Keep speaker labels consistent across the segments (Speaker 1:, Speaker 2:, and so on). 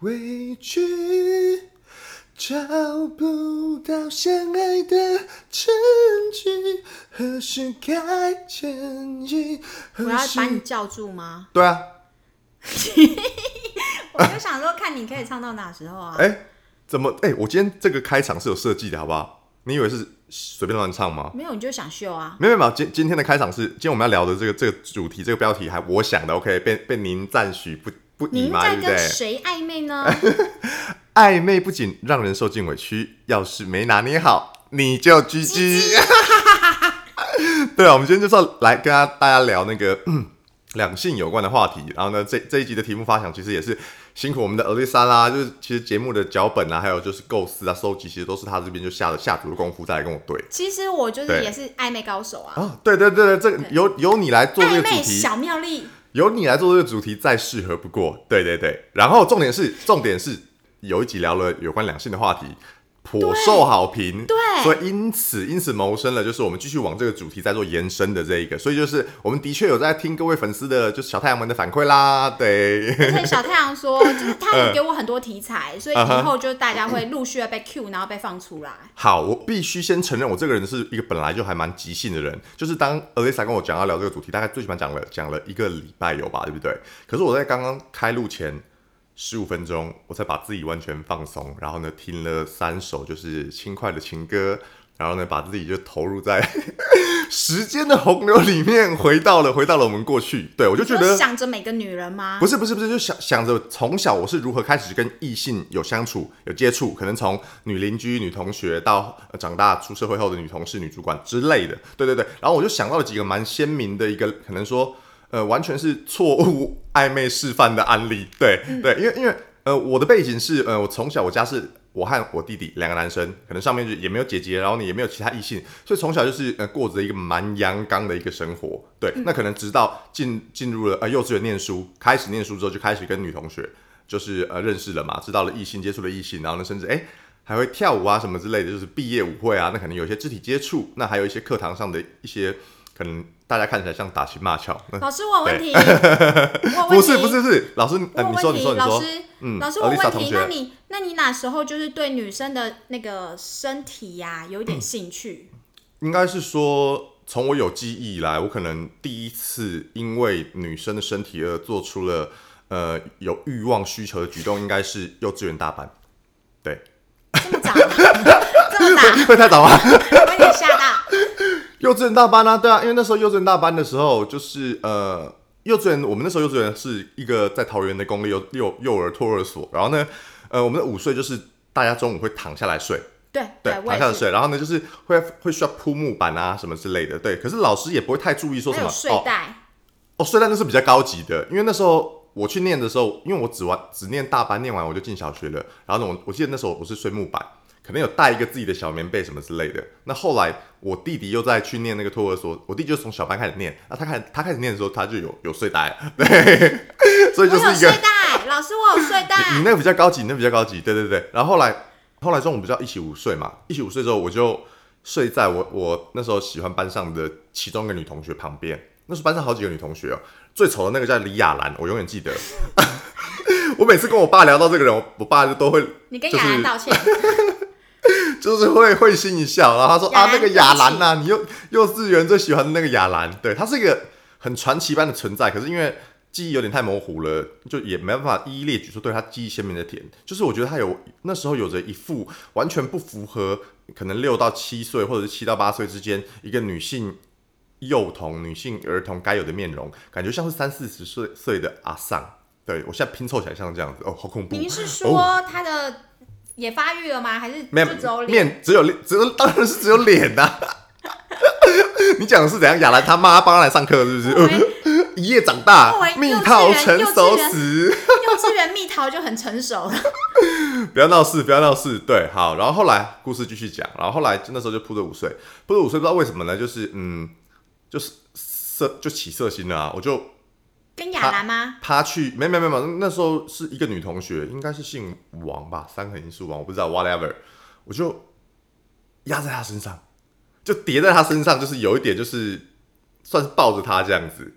Speaker 1: 委屈，找不到相爱的证据，何时该前进？
Speaker 2: 我
Speaker 1: 何
Speaker 2: 要把你
Speaker 1: 时？
Speaker 2: 叫住 吗？
Speaker 1: 对啊，
Speaker 2: 我就想说，看你可以唱到哪时候啊？
Speaker 1: 哎、怎么？哎、我今天这个开场是有设计的，好不好？你以为是随便乱唱吗？
Speaker 2: 没有，你就想秀啊？
Speaker 1: 没有没有，今今天的开场是今天我们要聊的这个这个主题这个标题还我想的，OK，被被您赞许不不以
Speaker 2: 您
Speaker 1: 嘛，对
Speaker 2: 在
Speaker 1: 不
Speaker 2: 跟
Speaker 1: 对？
Speaker 2: 谁暧 昧呢？
Speaker 1: 暧昧不仅让人受尽委屈，要是没拿捏好，你就 GG。对啊，我们今天就是要来跟大家大家聊那个 嗯两性有关的话题。然后呢，这这一集的题目发想其实也是辛苦我们的 Elisa 啦，就是其实节目的脚本啊，还有就是构思啊、收集，其实都是他这边就下了下足的功夫再来跟我对。
Speaker 2: 其实我就是
Speaker 1: 对
Speaker 2: 也是暧昧高手啊，
Speaker 1: 啊，对对对对，这个由由你来做这
Speaker 2: 暧
Speaker 1: 个主
Speaker 2: 昧
Speaker 1: 题，
Speaker 2: 小妙丽。
Speaker 1: 由你来做这个主题再适合不过。对对对，然后重点是重点是有一集聊了有关两性的话题，颇受好评。
Speaker 2: 对
Speaker 1: 所以因此因此谋生了，就是我们继续往这个主题再做延伸的这一个。所以就是我们的确有在听各位粉丝的，就是小太阳们的反馈啦。对，
Speaker 2: 而且小太 阳说，就是他
Speaker 1: 嗯
Speaker 2: 有给我很多题材，
Speaker 1: 啊
Speaker 2: 所以以后就大家会陆续的被 Q，然后被放出来。
Speaker 1: 好，我必须先承认，我这个人是一个本来就还蛮即兴的人。就是当 Alisa 跟我讲要聊这个主题，大概最起码讲了讲了一个礼拜有吧，对不对？可是我在刚刚开录前十五分钟，我才把自己完全放松，然后呢听了三首就是轻快的情歌，然后呢把自己就投入在 时间的洪流里面，回到了回到了我们过去。对我就觉
Speaker 2: 你
Speaker 1: 得
Speaker 2: 说想着每个女人吗
Speaker 1: 不？是不是不是，就想想着从小我是如何开始跟异性有相处、有接触，可能从女邻居、女同学到、呃长大出社会后的女同事、女主管之类的。对对对，然后我就想到了几个蛮鲜明的一个，可能说呃完全是错误暧昧示范的案例。对、对，因为因为呃我的背景是呃我从小我家是。我和我弟弟两个男生，可能上面就也没有姐姐，然后呢也没有其他异性，所以从小就是呃过着一个蛮阳刚的一个生活。对，
Speaker 2: 嗯
Speaker 1: 那可能直到进进入了呃幼稚园念书，开始念书之后就开始跟女同学就是呃认识了嘛，知道了异性，接触了异性，然后呢甚至哎。还会跳舞啊什么之类的，就是毕业舞会啊，那可能有一些肢体接触，那还有一些课堂上的一些，可能大家看起来像打情骂俏，那
Speaker 2: 老师，我有问题， 我有问
Speaker 1: 不
Speaker 2: 题
Speaker 1: 是不是不是，老师，
Speaker 2: 我
Speaker 1: 呃，
Speaker 2: 有
Speaker 1: 你说
Speaker 2: 问
Speaker 1: 你
Speaker 2: 题，
Speaker 1: 说你
Speaker 2: 老
Speaker 1: 说，
Speaker 2: 师，
Speaker 1: 嗯
Speaker 2: 老师我有
Speaker 1: Alisa
Speaker 2: 问
Speaker 1: 同
Speaker 2: 题，
Speaker 1: 学
Speaker 2: 那你那你哪时候就是对女生的那个身体呀、有一点兴趣？
Speaker 1: 应该是说，从我有记忆以来，我可能第一次因为女生的身体而做出了呃有欲望需求的举动，应该是幼稚园大班。对，
Speaker 2: 这么早吗，这么
Speaker 1: 会太早吗？
Speaker 2: 早，我有点吓到。
Speaker 1: 幼稚园大班啊，对啊，因为那时候幼稚园大班的时候，就是呃，幼稚园我们那时候幼稚园是一个在桃园的公立幼幼幼儿托儿所，然后呢，呃，我们的午睡就是大家中午会躺下来睡，
Speaker 2: 对
Speaker 1: 对，
Speaker 2: 我
Speaker 1: 躺下来
Speaker 2: 也是。
Speaker 1: 睡，然后呢，就是会会需要铺木板啊什么之类的，对。可是老师也不会太注意说
Speaker 2: 还
Speaker 1: 什么
Speaker 2: 有睡
Speaker 1: 哦
Speaker 2: 袋，
Speaker 1: 哦，睡袋那是比较高级的，因为那时候我去念的时候，因为我只完只念大班，念完我就进小学了。然后呢，我我记得那时候我是睡木板，可能有带一个自己的小棉被什么之类的。那后来我弟弟又在去念那个托儿所，我弟就从小班开始念，那、他开他开始念的时候，他就有有睡袋 了，对，所以就
Speaker 2: 我
Speaker 1: 是
Speaker 2: 有
Speaker 1: 一个
Speaker 2: 睡袋，老师我有睡袋。
Speaker 1: 你那个比较高级，你那个比较高级，对对对。然后后来后来中午不是要一起午睡嘛？一起午睡之后，我就睡在我我那时候喜欢班上的其中一个女同学旁边。那时候班上好几个女同学哦，最丑的那个叫李雅兰，我永远记得。 我每次跟我爸聊到这个人，我我爸就都会
Speaker 2: 你跟
Speaker 1: 就
Speaker 2: 雅
Speaker 1: 是
Speaker 2: 兰道歉，
Speaker 1: 就是会会心一笑，然后他说
Speaker 2: 雅
Speaker 1: 啊
Speaker 2: 兰，
Speaker 1: 那个雅兰呐、你幼幼稚园最喜欢的那个雅兰，对，她是一个很传奇般的存在，可是因为记忆有点太模糊了，就也没办法一一列举出对她记忆鲜明的点。就是我觉得她有那时候有着一副完全不符合可能六到七岁或者是七到八岁之间一个女性幼童、女性儿童该有的面容，感觉像是三四十岁岁的阿桑。对我现在拼凑起来像这样子，哦，好恐怖！
Speaker 2: 您是说他的也发育了吗？还是
Speaker 1: 没有
Speaker 2: 就只有脸？
Speaker 1: 面只有只有当然是只有脸呐、 你讲的是怎样？雅兰他妈帮他来上课是不是？
Speaker 2: 我以为
Speaker 1: 一夜长大
Speaker 2: 我以为，
Speaker 1: 蜜
Speaker 2: 幼稚
Speaker 1: 桃
Speaker 2: 园
Speaker 1: 成
Speaker 2: 幼稚
Speaker 1: 熟
Speaker 2: 园
Speaker 1: 时。
Speaker 2: 幼稚园蜜桃就很成熟了。
Speaker 1: 不要闹事，不要闹事。对，好，然后后来故事继续讲，然后后来那时候就扑着午睡，扑着午睡不知道为什么呢，就是嗯，就是色就起色心了啊，我就
Speaker 2: 跟雅兰 吗？
Speaker 1: 他去，没没没没，那时候是一个女同学，应该是姓王吧，三横一竖王，我不知道，whatever，我就压在她身上，就叠在她身上，就是有一点就是算是抱着她这样子，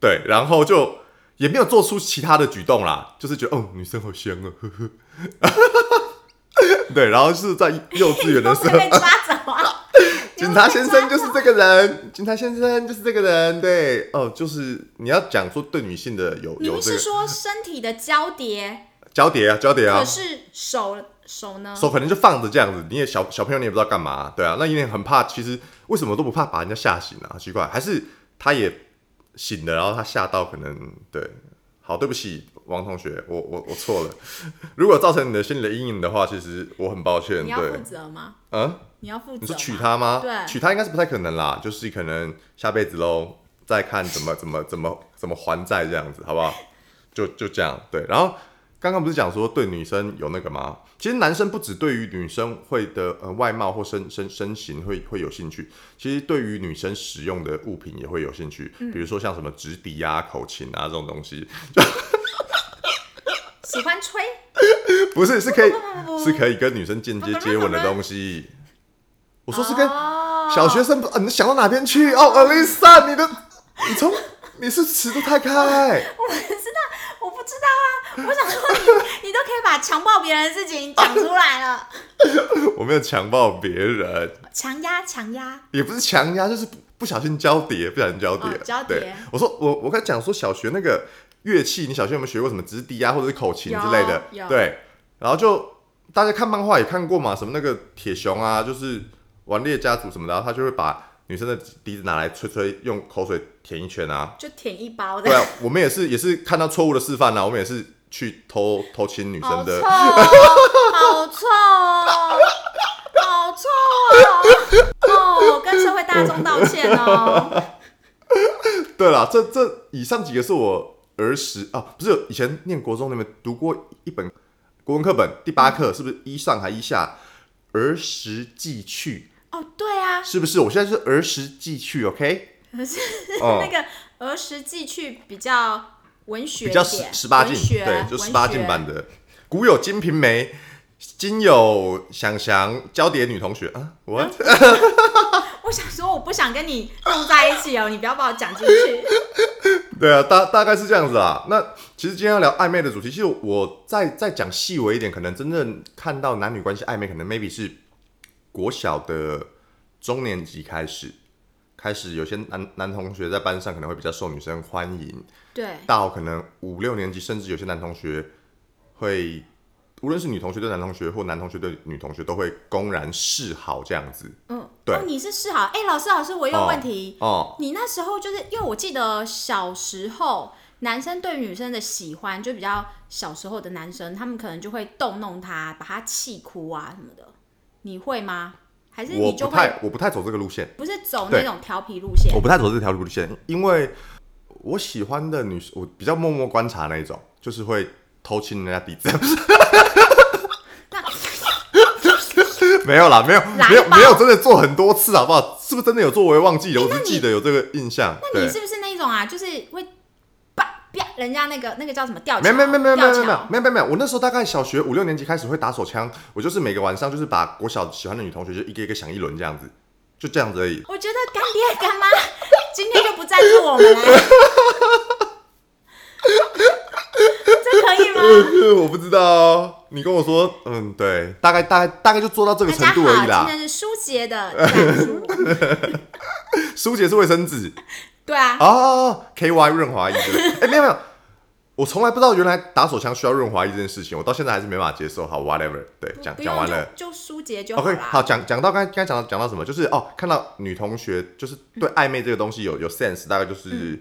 Speaker 1: 对，然后就也没有做出其他的举动啦，就是觉得哦，女生好香啊，呵呵。 对，然后是在幼稚园 的时
Speaker 2: 会
Speaker 1: 候，
Speaker 2: 被抓走啊！
Speaker 1: 警察先生就是这个人，警察先生就是这个人，对，哦，就是你要讲说对女性的有 有
Speaker 2: 您
Speaker 1: 这
Speaker 2: 是
Speaker 1: 个
Speaker 2: 说身体的交叠，
Speaker 1: 交叠啊，交叠啊
Speaker 2: 可，是手手呢？
Speaker 1: 手可能就放着这样子，你也小小朋友你也不知道干嘛，对啊，那有点很怕，其实为什么都不怕把人家吓醒啊？奇怪，还是他也醒了，然后他吓到，可能对，好，对不起，王同学，我我我错了， 如果造成你的心理的阴影的话，其实我很抱歉，
Speaker 2: 你要负
Speaker 1: 对，
Speaker 2: 责吗？
Speaker 1: 嗯。
Speaker 2: 你要负责？
Speaker 1: 你说娶？她吗？
Speaker 2: 对
Speaker 1: 娶她应该是不太可能啦，就是可能下辈子喽，再看怎么怎么怎么怎么还债这样子，好不好？就就这样，对。然后刚刚不是讲说对女生有那个吗？其实男生不只对于女生会的呃外貌或身身身形会会有兴趣，其实对于女生使用的物品也会有兴趣，
Speaker 2: 嗯
Speaker 1: 比如说像什么直笛啊、口琴啊这种东西，
Speaker 2: 喜欢吹？
Speaker 1: 不是是可以
Speaker 2: 不
Speaker 1: 是可以跟女生间接接吻的东西。我说是跟
Speaker 2: 哦
Speaker 1: 小学生不，啊、你想到哪边去？哦，Alisa，你的，你从你是尺度太开，
Speaker 2: 我不知道啊，我想说你，你都可以把强暴别人的事情讲出来了，
Speaker 1: 我没有强暴别人，
Speaker 2: 强压强压，
Speaker 1: 也不是强压，就是不不小心交叠，不小心交叠、
Speaker 2: 哦交叠
Speaker 1: 对，我说我我刚才讲说小学那个乐器，你小学有没有学过什么直笛啊，或者是口琴之类的
Speaker 2: 有有？
Speaker 1: 对，然后就大家看漫画也看过嘛，什么那个铁熊啊，就是顽劣家族什么的，然后他就会把女生的笛子拿来吹吹，用口水舔一圈啊。
Speaker 2: 就舔一包
Speaker 1: 对
Speaker 2: 的，
Speaker 1: 啊，我们也是也是看到错误的示范啦、啊我们也是去偷偷亲啊女
Speaker 2: 好
Speaker 1: 生
Speaker 2: 臭
Speaker 1: 的，
Speaker 2: 哦， 好臭哦，好臭哦，哦，跟社会大众道歉 哦，
Speaker 1: 对啦，这这以上几个是我儿时啊，不是以前念国中，你们读过一本国文课本第八课，是不是一上还一下？儿时记趣
Speaker 2: 哦，对啊，
Speaker 1: 是不是？我现在是儿时记趣，OK？
Speaker 2: 可是
Speaker 1: 哦
Speaker 2: 那个儿时记去比较文学一
Speaker 1: 比较
Speaker 2: 点，
Speaker 1: 十十八禁
Speaker 2: 文，学
Speaker 1: 对，就
Speaker 2: 文
Speaker 1: 十八
Speaker 2: 学
Speaker 1: 禁版的。古有金瓶梅，今有想想交叠女同学啊，我
Speaker 2: 我想说，我不想跟你弄在一起哦，你不要把我讲进去。
Speaker 1: 对啊，大大概是这样子啦。那其实今天要聊暧昧的主题，其实我再再讲细微一点，可能真正看到男女关系暧昧，可能 maybe 是国小的中年级开始，开始有些男男同学在班上可能会比较受女生欢迎，
Speaker 2: 对，
Speaker 1: 到可能五六年级，甚至有些男同学会，无论是女同学对男同学或男同学对女同学，都会公然示好这样子。
Speaker 2: 嗯，
Speaker 1: 对
Speaker 2: 哦，你是示好。哎、老师，老师，我有问题。
Speaker 1: 哦，
Speaker 2: 你那时候就是因为我记得小时候男生对女生的喜欢，就比较小时候的男生，他们可能就会逗弄他，把他气哭啊什么的。你会吗？还是
Speaker 1: 我
Speaker 2: 你
Speaker 1: 不
Speaker 2: 就会
Speaker 1: 太我不太走这个路线。
Speaker 2: 不是走
Speaker 1: 对
Speaker 2: 那种调皮路线
Speaker 1: 我？不太走这条路线，因为我喜欢的女，我比较默默观察那一种，就是会偷亲人家底子，
Speaker 2: 那
Speaker 1: 没有啦，没有，
Speaker 2: 来
Speaker 1: 没有，
Speaker 2: 吧
Speaker 1: 没有，真的做很多次，好不好？是不是真的有做？我也忘记了，我
Speaker 2: 那
Speaker 1: 只
Speaker 2: 你
Speaker 1: 记得有这个印象。
Speaker 2: 那
Speaker 1: 对
Speaker 2: 你，是不是那种啊？就是会啪啪人家那个那个叫什么吊桥？
Speaker 1: 没有没有没有没有没有没
Speaker 2: 吊
Speaker 1: 有没有
Speaker 2: 桥
Speaker 1: 没有没有没有，我那时候大概小学五六年级开始会打手枪，我就是每个晚上就是把国小喜欢的女同学就一个一个想一轮这样子，就这样子而已。
Speaker 2: 我觉得干爹干妈今天就不赞助我 们了，这可以吗？
Speaker 1: 我不知道哦，你跟我说，嗯，对，大概大概大概就做到这个
Speaker 2: 大
Speaker 1: 程
Speaker 2: 家
Speaker 1: 度而已
Speaker 2: 好，今
Speaker 1: 啦。
Speaker 2: 天是舒杰的赞助，
Speaker 1: 舒洁是卫生纸。
Speaker 2: 对啊，
Speaker 1: 哦，K Y 润滑液之类的，哎、没有没有，我从来不知道原来打手枪需要润滑液这件事情，我到现在还是没办法接受。好，whatever，对，讲
Speaker 2: 不
Speaker 1: 讲
Speaker 2: 用
Speaker 1: 完
Speaker 2: 就
Speaker 1: 了。
Speaker 2: 就舒杰就好
Speaker 1: OK，好，
Speaker 2: 啦。
Speaker 1: 讲讲到刚才刚才讲到讲到什么，就是哦，看到女同学就是对暧昧这个东西有有 sense，大概就是
Speaker 2: 嗯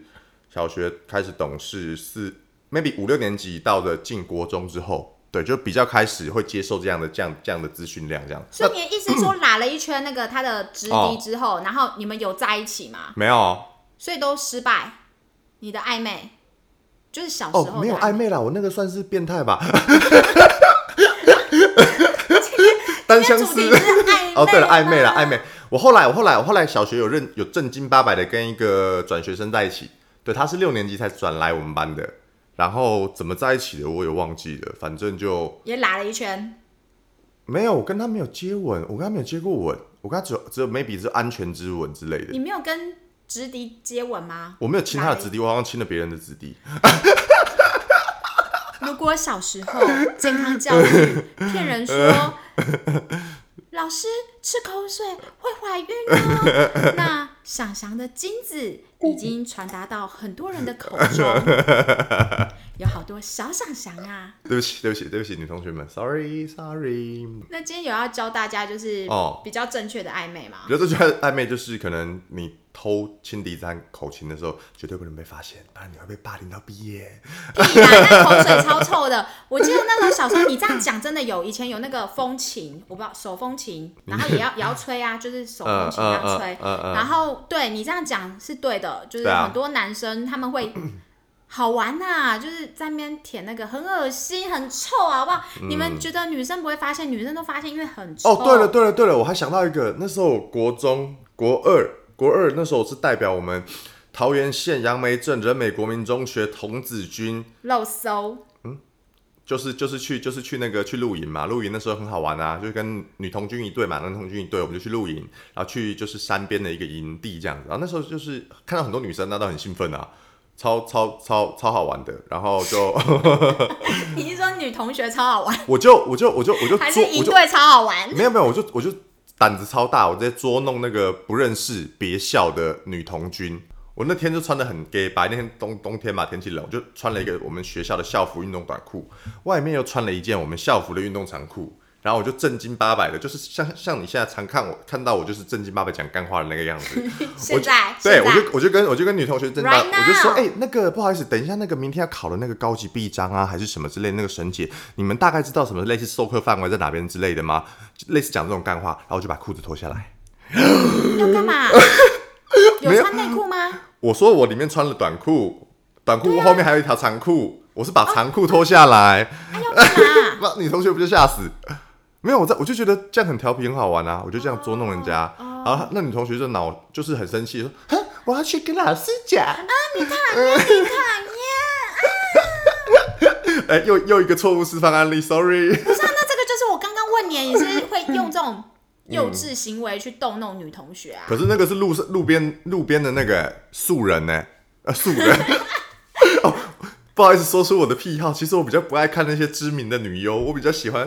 Speaker 1: 小学开始懂事，四 maybe 五六年级到了进国中之后，对，就比较开始会接受这样的这样这样的资讯量这样。
Speaker 2: 所以你的意思是说，拉了一圈那个他的直
Speaker 1: 哦
Speaker 2: 敌之后，然后你们有在一起吗？
Speaker 1: 没有哦
Speaker 2: 所以都失败，你的暧昧就是小时候
Speaker 1: 哦，
Speaker 2: 的
Speaker 1: 没有
Speaker 2: 暧
Speaker 1: 暧昧啦，我那个算是变态 吧。单
Speaker 2: 今
Speaker 1: 相
Speaker 2: 天主
Speaker 1: 思
Speaker 2: 题。是暧昧
Speaker 1: 哦， 对了，暧昧了，
Speaker 2: 吗
Speaker 1: 暧昧。我后来，我后来，我后来小学有认有正经八百的跟一个转学生在一起，对，他是六年级才转来我们班的，然后怎么在一起的我也忘记了，反正就
Speaker 2: 也拉了一圈。
Speaker 1: 没有，我跟他没有接吻，我跟他没有接过吻，我跟他只有只有 maybe 是安全之吻之类的
Speaker 2: 你，没有跟直笛接吻吗？
Speaker 1: 我没有亲他的子弟，我好像亲了别人的子弟。
Speaker 2: 如果小时候健康教育骗人说，老师吃口水会怀孕哦， 那想想的金子已经传达到很多人的口中，有好多小想想啊。
Speaker 1: 对不起，对不起，对不起，女同学们，sorry sorry。
Speaker 2: 那今天有要教大家就是
Speaker 1: 哦
Speaker 2: 比较正确的暧昧吗
Speaker 1: 我？觉得这句暧昧就是可能你偷亲笛子和口琴的时候，绝对不能被发现，不然你会被霸凌到毕业。
Speaker 2: 屁啦，那口水超臭的。我记得那时候小时候，你这样讲真的有，以前有那个风琴，我不知道手风琴，然后也要也要吹啊，就是手风琴这样吹。
Speaker 1: 嗯嗯
Speaker 2: 然后对你这样讲是对的，就是
Speaker 1: 对啊
Speaker 2: 很多男生他们会 好玩呐、就是在那边舔那个，很恶心，很臭啊，好不好？你们觉得女生不会发现，女生都发现，因为很
Speaker 1: 嗯
Speaker 2: 臭。
Speaker 1: 哦，对了，对了对了，我还想到一个，那时候国中国二国二那时候我是代表我们桃园县杨梅镇仁美国民中学童子军，
Speaker 2: 肉搜
Speaker 1: 就是就是去就是去那个去露营嘛，露营那时候很好玩啊，就跟女童军一队嘛，男童军一队，我们就去露营，然后去就是山边的一个营地这样子，然后那时候就是看到很多女生，那都很兴奋啊。超超超超好玩的，然后就
Speaker 2: 你是说女同学超好 玩，
Speaker 1: 我就我就我就我就
Speaker 2: 还
Speaker 1: 做
Speaker 2: 是
Speaker 1: 我
Speaker 2: 一
Speaker 1: 就
Speaker 2: 对超好玩？
Speaker 1: 没有没有，我就我就胆子超大，我在捉弄那个不认识别校的女童军。我那天就穿的很 gay 白，那天冬冬天嘛，天气冷，我就穿了一个我们学校的校服运动短裤，外面又穿了一件我们校服的运动长裤，然后我就正经八百的，就是像像你现在常看我看到我就是正经八百讲干话的那个样 子，
Speaker 2: 现在，
Speaker 1: 对，
Speaker 2: 现
Speaker 1: 我
Speaker 2: 在
Speaker 1: 就我就跟我就跟女同学正大
Speaker 2: Right
Speaker 1: 我就说，
Speaker 2: now
Speaker 1: 哎、那个不好意思，等一下那个明天要考的那个高级臂章啊，还是什么之类的那个绳结，你们大概知道什么类似授课范围在哪边之类的吗？就类似讲这种干话，然后我就把裤子脱下来，
Speaker 2: 嗯要 干嘛？有穿内裤吗？
Speaker 1: 我说我里面穿了短裤，短裤后面还有一条长裤，我是把长
Speaker 2: 哦
Speaker 1: 裤脱下来，
Speaker 2: 啊，要干嘛？
Speaker 1: 那、女同学不就吓死？没有，我在我就觉得这样很调皮，很好玩啊！我就这样捉弄人家，然后那女同学就恼，就是很生气，说：“哼，我要去跟老师讲。”
Speaker 2: 讨厌！
Speaker 1: 哎、又又一个错误示范案例，sorry。
Speaker 2: 不是啊，那这个就是我刚刚问你，你是会用这
Speaker 1: 嗯
Speaker 2: 种幼稚行为去逗弄女同学啊？
Speaker 1: 可是那个是路上路边路边的那个素人呢、呃，素人。 哦，不好意思，说出我的癖好，其实我比较不爱看那些知名的女优，我比较喜欢，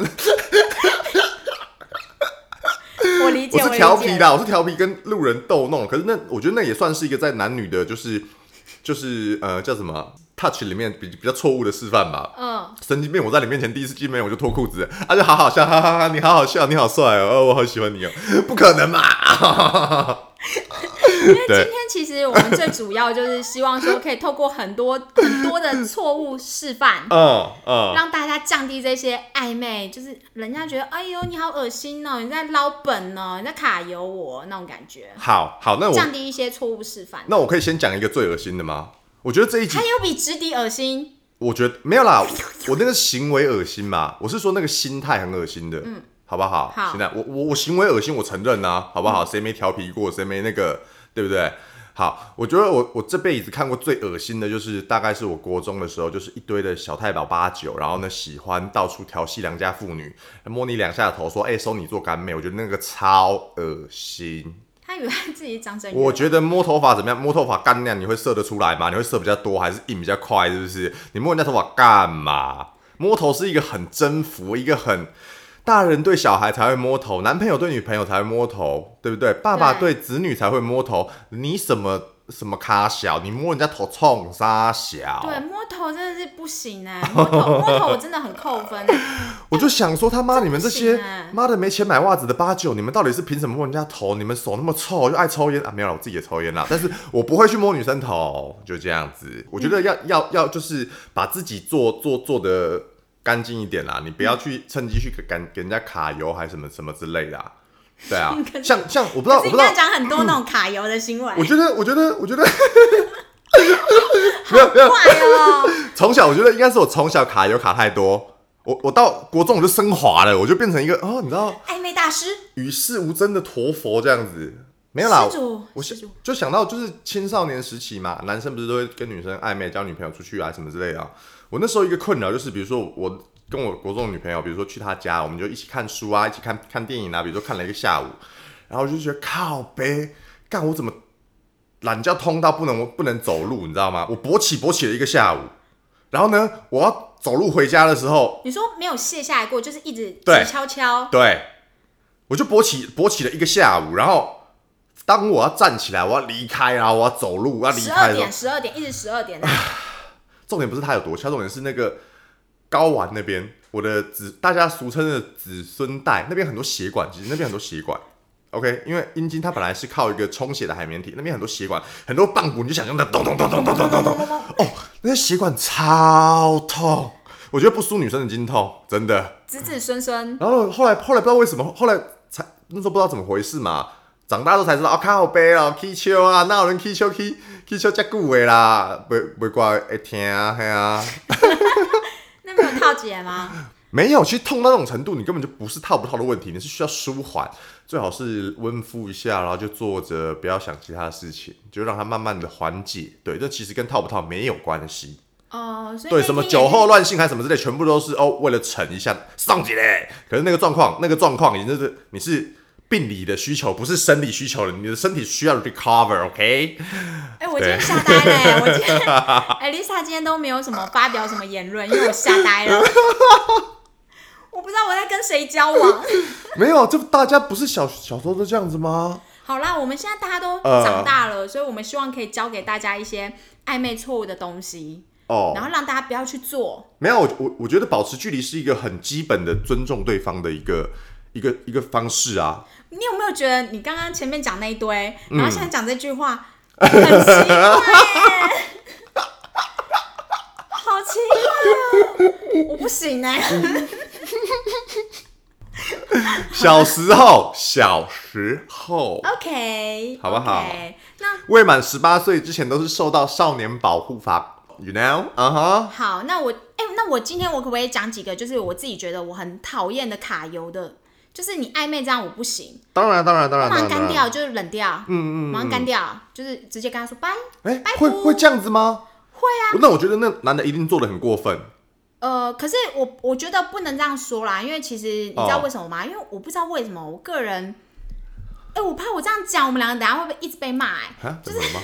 Speaker 2: 我理解，
Speaker 1: 我
Speaker 2: 我
Speaker 1: 是
Speaker 2: 理
Speaker 1: 调皮
Speaker 2: 解。
Speaker 1: 的，我是调皮跟路人逗弄。可是那我觉得那也算是一个在男女的，就是就是呃叫什么 touch 里面比比较错误的示范吧。
Speaker 2: 嗯，
Speaker 1: 神经病！我在你面前第一次见面我就脱裤子，而且好好笑，哈哈哈！你好好笑，你好帅哦，哦我好喜欢你哦，不可能嘛！
Speaker 2: 因为今
Speaker 1: 对
Speaker 2: 天其实我们最主 要就是希望说，可以透过很多很多的错误示范，
Speaker 1: 嗯嗯，
Speaker 2: 让大家降低这些暧昧，就是人家觉得哎呦你好恶心哦，你在捞本哦，你在卡油我那种感觉，
Speaker 1: 好好，那我
Speaker 2: 降低一些错误示范。
Speaker 1: 那我可以先讲一个最恶心的吗？我觉得这一集
Speaker 2: 还，有比直笛恶心。
Speaker 1: 我觉得没有啦，我那个行为恶心嘛，我是说那个心态很恶心的，嗯，好不好？
Speaker 2: 好
Speaker 1: 现在我我我行为恶心，我承认啊，好不好？谁没调皮过，谁没那个，对不对？好，我觉得我我这辈子看过最恶心的就是，大概是我国中的时候，就是一堆的小太保八九，然后呢喜欢到处调戏良家妇女，摸你两下头说，哎、收你做干妹，我觉得那个超恶心。
Speaker 2: 他以为他自己长整
Speaker 1: 我
Speaker 2: 圆，
Speaker 1: 觉得摸头发怎么样？摸头发干亮，你会射得出来吗？你会射比较多，还是硬比较快？是不是？你摸人家头发干嘛？摸头是一个很征服，一个很大人对小孩才会摸头，男朋友对女朋友才会摸头，对不对？爸爸对子女才会摸头。你什么什么咖小？你摸人家头冲啥小？
Speaker 2: 对摸头真的是不 行哎、摸头摸头我真的很扣分、欸，
Speaker 1: 我就想说他妈你们这
Speaker 2: 这不
Speaker 1: 些
Speaker 2: 行啊
Speaker 1: 妈的没钱买袜子的八九，你们到底是凭什么摸人家头？你们手那么臭，又爱抽烟啊？没有啦，我自己也抽烟 啦，但是我不会去摸女生头，就这样子。我觉得 要、要要就是把自己做做做的干净一点啦，你不要去趁机去给给给人家卡油还是什么什么之类的、啊。对 啊
Speaker 2: 可，是
Speaker 1: 像像我不知道我
Speaker 2: 可是
Speaker 1: 不
Speaker 2: 你
Speaker 1: 知道
Speaker 2: 刚才，讲很多那种卡油的行为，
Speaker 1: 我觉得我觉得我觉得 没有没有，
Speaker 2: 坏哦，
Speaker 1: 从小我觉得应该是我从小卡油卡太多。我我到国中我就升华了，我就变成一个哦，你知道
Speaker 2: 暧昧哎大师，
Speaker 1: 与世无争的陀佛这样子。没有啦
Speaker 2: 施主，
Speaker 1: 我
Speaker 2: 施
Speaker 1: 想
Speaker 2: 主
Speaker 1: 就想到就是青少年时期嘛，男生不是都会跟女生暧昧，交女朋友出去啊什么之类的啊。我那时候一个困扰就是，比如说我跟我国中的女朋友，比如说去她家，我们就一起看书啊，一起看看电影啊，比如说看了一个下午，然后我就觉得靠呗，干我怎么懒觉痛到不能不能走路，你知道吗？我勃起勃起了一个下午，然后呢，我要走路回家的时候，
Speaker 2: 你说没有卸下来过，就是一直
Speaker 1: 对
Speaker 2: 直敲敲，
Speaker 1: 对，我就勃起勃起了一个下午，然后当我要站起来，我要离开，然后我要走路，我要离
Speaker 2: 十
Speaker 1: 开
Speaker 2: 二
Speaker 1: 的时候
Speaker 2: 点，，十二点，一直十二点啊，
Speaker 1: 重点不是他有多翘，重点是那个睾丸那边，我的子大家俗称的子孙带那边很多血管，其实那边很多血管。OK，因为阴茎它本来是靠一个充血的海绵体，那边很多血管，很多棒骨，你就想象它咚咚咚咚咚咚咚咚，哦，那些血管超痛，我觉得不输女生的经痛，真的。
Speaker 2: 子子孙孙，
Speaker 1: 然后后来后来不知道为什么，后来才那时候不知道怎么回事嘛，长大之后才知道，啊靠背哦，踢球啊，哪有人踢球踢踢球加久的啦，不不怪会疼啊，嘿啊，
Speaker 2: 那没有套解吗？
Speaker 1: 没有，其实痛到那种程度，你根本就不是套不套的问题，你是需要舒缓，最好是温敷一下，然后就坐着，不要想其他的事情，就让它慢慢的缓解。对，这其实跟套不套没有关系。
Speaker 2: 哦，所以
Speaker 1: 对，
Speaker 2: 那
Speaker 1: 什么
Speaker 2: 天也
Speaker 1: 酒
Speaker 2: 是
Speaker 1: 后乱性还什么之类，全部都是哦，为了逞一下上级嘞。可是那个状况，那个状况，你就是你是病理的需求，不是生理需求了，你的身体需要 recover，OK？、
Speaker 2: 哎、我今天吓呆了、欸，我今天哎，Lisa 今天都没有什么发表什么言论，因为我吓呆了， 我不知道我在跟谁交往。
Speaker 1: 没有，这大家不是小小时候都这样子吗？
Speaker 2: 好啦，我们现在大家都
Speaker 1: 呃
Speaker 2: 长大了，所以我们希望可以教给大家一些暧昧错误的东西，
Speaker 1: 哦
Speaker 2: 然，后让大家不要去做。
Speaker 1: 没有，我我我觉得保持距离是一个很基本的尊重对方的一个一个一个方式啊。
Speaker 2: 你有没有觉得你刚刚前面讲那一堆，
Speaker 1: 嗯
Speaker 2: 然后现在讲这句话，很奇怪、欸，好奇怪哦，我不行哎、
Speaker 1: 小时候，小时候。
Speaker 2: OK，
Speaker 1: 好不好
Speaker 2: OK，那
Speaker 1: 未满十八岁之前都是受到少年保护法，you know，啊哈，
Speaker 2: 好，那我哎、那我今天我可不可以讲几个，就是我自己觉得我很讨厌的卡油的，就是你暧昧这样我不行，
Speaker 1: 当然当然当然
Speaker 2: 马
Speaker 1: 当
Speaker 2: 上
Speaker 1: 然，当
Speaker 2: 干
Speaker 1: 然。
Speaker 2: 掉就是冷掉，嗯嗯，马上干掉就是直接跟他说拜，
Speaker 1: 哎、
Speaker 2: 拜
Speaker 1: 会
Speaker 2: 托
Speaker 1: 会这样子吗？
Speaker 2: 会啊，
Speaker 1: 那我觉得那男的一定做的很过分，
Speaker 2: 呃，可是我我觉得不能这样说啦，因为其实你知道为什么吗？
Speaker 1: 哦
Speaker 2: 因为我不知道为什么我个人。哎、我怕我这样讲，我们两个等下会不会一直被骂、哎，
Speaker 1: 啊？怎么了吗？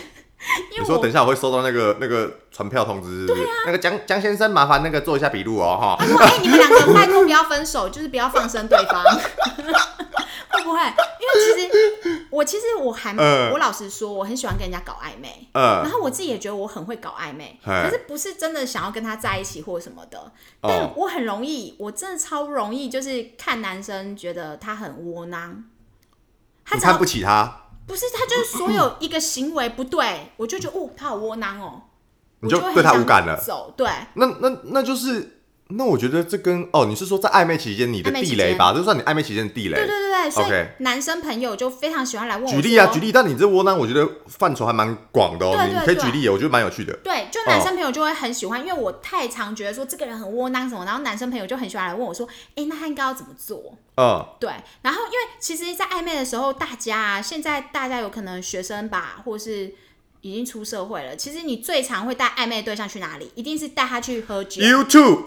Speaker 2: 因
Speaker 1: 你
Speaker 2: 为
Speaker 1: 说
Speaker 2: 我啊
Speaker 1: 等一下我会收到那个那个传票通知，是不是？那个江江先生，麻烦那个做一下笔录哦，哈。
Speaker 2: 他说：“哎、你们两个拜托不要分手， 就是不要放生对方， 会不会？因为其实我其实我还、
Speaker 1: 嗯
Speaker 2: 我老实说，我很喜欢跟人家搞暧昧。”然
Speaker 1: 呃，
Speaker 2: 后我自己也觉得我很会搞暧昧，
Speaker 1: 嗨
Speaker 2: 可是不是真的想要跟他在一起或什么的，
Speaker 1: 哦
Speaker 2: 但我很容易，我真的超容易，就是看男生觉得他很窝囊，他
Speaker 1: 你
Speaker 2: 只要
Speaker 1: 看不起他，
Speaker 2: 不是他就是所有一个行为不对，我就觉得哦他好窝囊哦，
Speaker 1: 你
Speaker 2: 我
Speaker 1: 就
Speaker 2: 就会
Speaker 1: 对他
Speaker 2: 很
Speaker 1: 无感
Speaker 2: 想
Speaker 1: 了
Speaker 2: 走对，
Speaker 1: 那那那就是。那我觉得这跟哦，你是说在暧昧期间你的
Speaker 2: 暧昧期
Speaker 1: 地
Speaker 2: 间
Speaker 1: 雷吧？就算你暧昧期间的地
Speaker 2: 对对
Speaker 1: 雷，
Speaker 2: 对对，所以
Speaker 1: 哎 OK
Speaker 2: 男生朋友就非常喜欢来问我
Speaker 1: 举例啊
Speaker 2: 说
Speaker 1: 举。例。但你这窝囊，我觉得范畴还蛮广的哦，
Speaker 2: 对
Speaker 1: 你
Speaker 2: 对
Speaker 1: 可以
Speaker 2: 对
Speaker 1: 举例，我觉得蛮有趣的。
Speaker 2: 对，就男生朋友就会很喜
Speaker 1: 哦
Speaker 2: 欢，因为我太常觉得说这个人很窝囊什么，然后男生朋友就很喜欢来问我说：“哎、那他应该要怎么做
Speaker 1: 嗯，？”
Speaker 2: 对，然后因为其实，在暧昧的时候，大家啊，现在大家有可能学生吧，或是已经出社会了，其实你最常会带暧昧的对象去哪里？一定是带他去喝酒
Speaker 1: You too，
Speaker 2: ，YouTube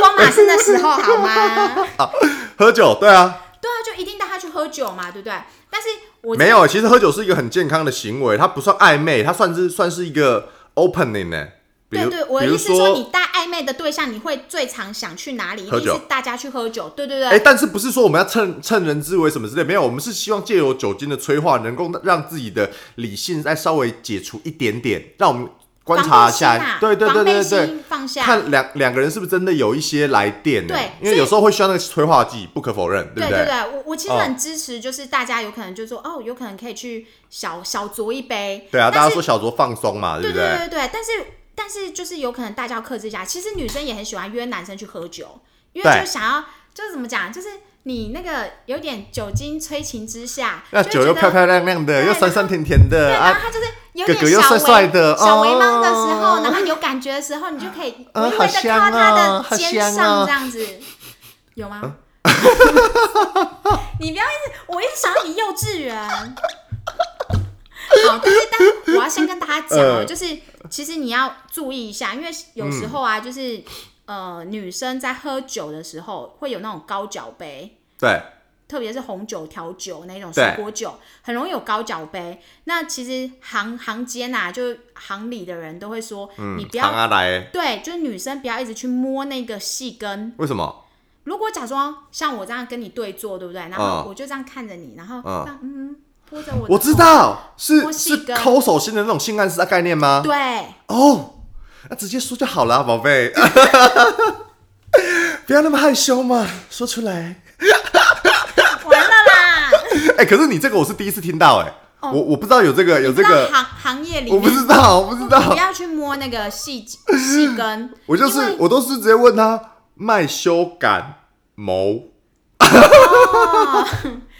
Speaker 2: 光马斯的时候，好吗？
Speaker 1: 喝酒，对啊，
Speaker 2: 对啊，就一定带他去喝酒嘛，对不对？但是我
Speaker 1: 没有，其实喝酒是一个很健康的行为，它不算暧昧，它算是算是一个 opening 呢。比
Speaker 2: 对
Speaker 1: 如
Speaker 2: 对，我的
Speaker 1: 比
Speaker 2: 意
Speaker 1: 如
Speaker 2: 思是说，你带暧昧的对象，你会最常想去哪里？一
Speaker 1: 喝
Speaker 2: 定
Speaker 1: 酒
Speaker 2: 是大家去喝酒，对对对。
Speaker 1: 哎、但是不是说我们要趁趁人之危什么之类？没有，我们是希望借由酒精的催化，能够让自己的理性再稍微解除一点点，让我们观察一
Speaker 2: 防备心
Speaker 1: 下。
Speaker 2: 啊
Speaker 1: 对对对对
Speaker 2: 防备
Speaker 1: 对
Speaker 2: 心，放下。
Speaker 1: 看两两个人是不是真的有一些来电呢？
Speaker 2: 对
Speaker 1: 因为有时候会需要那个催化剂，不可否认，对哦
Speaker 2: 对
Speaker 1: 不
Speaker 2: 对，我我其实很支持，就是大家有可能就说哦，有可能可以去小小酌一杯。
Speaker 1: 对啊，大
Speaker 2: 但是
Speaker 1: 家说小酌放松嘛，
Speaker 2: 对
Speaker 1: 不
Speaker 2: 对对对，但是但是就是有可能大家要克制一下。其实女生也很喜欢约男生去喝酒，因为
Speaker 1: 对
Speaker 2: 就想要就是怎么讲，就是你那个有点酒精催情之下，
Speaker 1: 那
Speaker 2: 就会
Speaker 1: 酒又
Speaker 2: 觉得
Speaker 1: 漂漂亮亮的，
Speaker 2: 对
Speaker 1: 又酸酸甜甜
Speaker 2: 对，
Speaker 1: 的
Speaker 2: 然
Speaker 1: 啊
Speaker 2: 后，他就是有
Speaker 1: 哥
Speaker 2: 点
Speaker 1: 哥又
Speaker 2: 小
Speaker 1: 帅
Speaker 2: 微
Speaker 1: 帅的
Speaker 2: 小微茫的
Speaker 1: 哦
Speaker 2: 时候，然后有感觉的时候，你就 可以
Speaker 1: 嗯
Speaker 2: 微微的
Speaker 1: 好
Speaker 2: 靠
Speaker 1: 香
Speaker 2: 他
Speaker 1: 哦
Speaker 2: 的
Speaker 1: 好
Speaker 2: 肩
Speaker 1: 香嗯
Speaker 2: 上
Speaker 1: 哦
Speaker 2: 这样子，有吗？ 你不要一直，我一直想要你幼稚园。 好，但是但我要先跟大家讲哦，
Speaker 1: 呃
Speaker 2: 就是其实你要注意一下，因为有时候
Speaker 1: 嗯
Speaker 2: 啊，就是呃，女生在喝酒的时候会有那种高脚杯，
Speaker 1: 对，
Speaker 2: 特别是红酒、调酒那种
Speaker 1: 对
Speaker 2: 水果酒，很容易有高脚杯。那其实行行间呐、就是行里的人都会说，你不
Speaker 1: 行
Speaker 2: 要
Speaker 1: 啊来，
Speaker 2: 对，就是女生不要一直去摸那个细根。
Speaker 1: 为什么？
Speaker 2: 如果假装像我这样跟你对坐，对不对？然后我就这样看着你，然后
Speaker 1: 嗯
Speaker 2: 这样嗯，摸着我的
Speaker 1: 哦我知
Speaker 2: 头，
Speaker 1: 道是
Speaker 2: 摸
Speaker 1: 是
Speaker 2: 细根
Speaker 1: 抠手心的那种性暗示的概念吗？
Speaker 2: 对，
Speaker 1: 哦，那直接说就好了，宝贝， 不要那么害羞嘛，说出来。
Speaker 2: 完了啦！
Speaker 1: 哎、可是你这个我是第一次听到、哎、
Speaker 2: 哦
Speaker 1: 我我不知道有这个有这
Speaker 2: 在
Speaker 1: 个，
Speaker 2: 行行业里
Speaker 1: 我
Speaker 2: 面，
Speaker 1: 不知道，我不知
Speaker 2: 不
Speaker 1: 道，，
Speaker 2: 要去摸那个细细根
Speaker 1: 我就
Speaker 2: 因为
Speaker 1: 是我都是直接问他卖修感谋，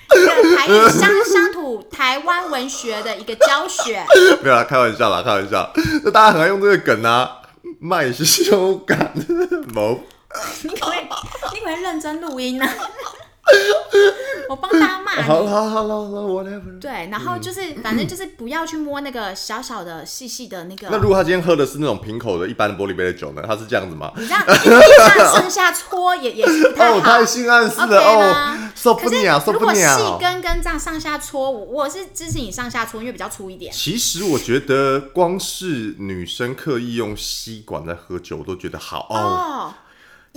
Speaker 2: 对台 语乡乡土台湾文学的一个教学，
Speaker 1: 没有啦，开玩笑啦，开玩笑，那大家很爱用这个梗啊，卖修感谋，
Speaker 2: 啊你可不可以你可不可以认真录音 呢、我帮大家骂
Speaker 1: 好
Speaker 2: 你。
Speaker 1: 了好了好了，whatever。
Speaker 2: 对，然后就是反正就是不要去摸那个小小的、细细的那个。
Speaker 1: 那如果他今天喝的是那种瓶口的一般的玻璃杯的酒呢？他是这样子吗？
Speaker 2: 你这样一这样上下搓也也是不太 好。
Speaker 1: 哦，太性暗示了
Speaker 2: OK
Speaker 1: 哦
Speaker 2: 吗，
Speaker 1: 受不
Speaker 2: 可是
Speaker 1: 了，受
Speaker 2: 如
Speaker 1: 不
Speaker 2: 果细
Speaker 1: 了。
Speaker 2: 根跟这样上下搓，我我是支持你上下搓，因为比较粗一点。
Speaker 1: 其实我觉得，光是女生刻意用吸管在喝酒，我都觉得好哦。
Speaker 2: 哦，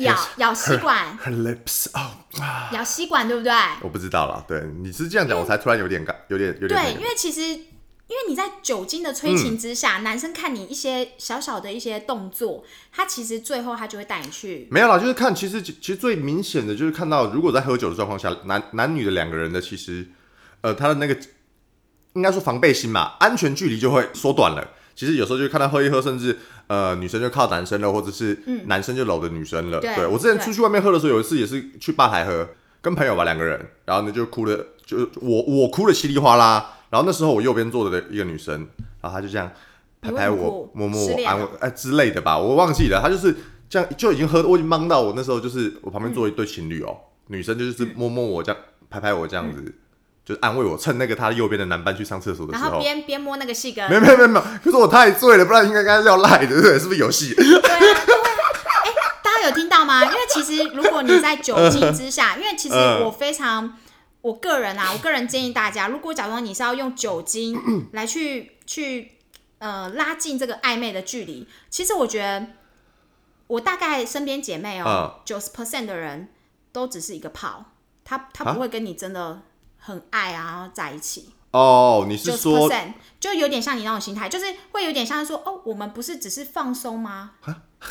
Speaker 2: 咬咬吸管，
Speaker 1: Her lips，哦啊，
Speaker 2: 咬吸管，对不对？
Speaker 1: 我不知道啦。对，你是这样讲，我才突然有点感，有点有点
Speaker 2: 对，
Speaker 1: 那个。
Speaker 2: 因为其实因为你在酒精的催
Speaker 1: 嗯
Speaker 2: 情之下，男生看你一些小小的一些动作，他其实最后他就会带你去。
Speaker 1: 没有啦，就是看，其实其实最明显的就是看到，如果在喝酒的状况下，男男女的两个人的其实，呃，他的那个应该说防备心吧，安全距离就会缩短了。其实有时候就看到喝一喝，甚至呃女生就靠男生了，或者是男生就搂着女生了。
Speaker 2: 嗯对
Speaker 1: 我之前
Speaker 2: 对
Speaker 1: 出去外面喝的时候，有一次也是去吧台喝，跟朋友吧两个人，然后呢就哭了，就我我哭的稀里哗啦。然后那时候我右边坐着的一个女生，然后她就这样拍
Speaker 2: 你为
Speaker 1: 拍
Speaker 2: 什么
Speaker 1: 我
Speaker 2: 哭，
Speaker 1: 摸摸
Speaker 2: 失
Speaker 1: 我，
Speaker 2: 恋了啊
Speaker 1: 安慰哎之类的吧，我忘记了。她就是这样就已经喝，我已经懵到我那时候就是我旁边坐一对情侣哦，女生就是
Speaker 2: 嗯
Speaker 1: 摸摸我这样拍拍我这样子。就是安慰我，趁那个她右边的男伴去上厕所的
Speaker 2: 然
Speaker 1: 时
Speaker 2: 后
Speaker 1: 候，
Speaker 2: 边边摸那个细根，
Speaker 1: 没
Speaker 2: 对
Speaker 1: 有没有没有没有，可是我太醉了，不然应该刚才要赖的，对不对？是不是有戏？
Speaker 2: 啊，对啊，哎，大家有听 到吗？因为其实如果你在酒精之下，因为其实
Speaker 1: 嗯
Speaker 2: 我非常，我个人啊，我个人建议大家，如果假装你是要用酒精来去去呃拉近这个暧昧的距离，其实我觉得我大概身边姐妹
Speaker 1: 嗯
Speaker 2: 哦，九十 percent 的人都只是一个泡，他他
Speaker 1: 啊
Speaker 2: 不会跟你真的很爱啊，然后在一起。
Speaker 1: 哦，你
Speaker 2: 九
Speaker 1: 是
Speaker 2: 十
Speaker 1: 说
Speaker 2: percent 就有点像你那种心态，就是会有点像是说，哦，我们不是只是放松吗？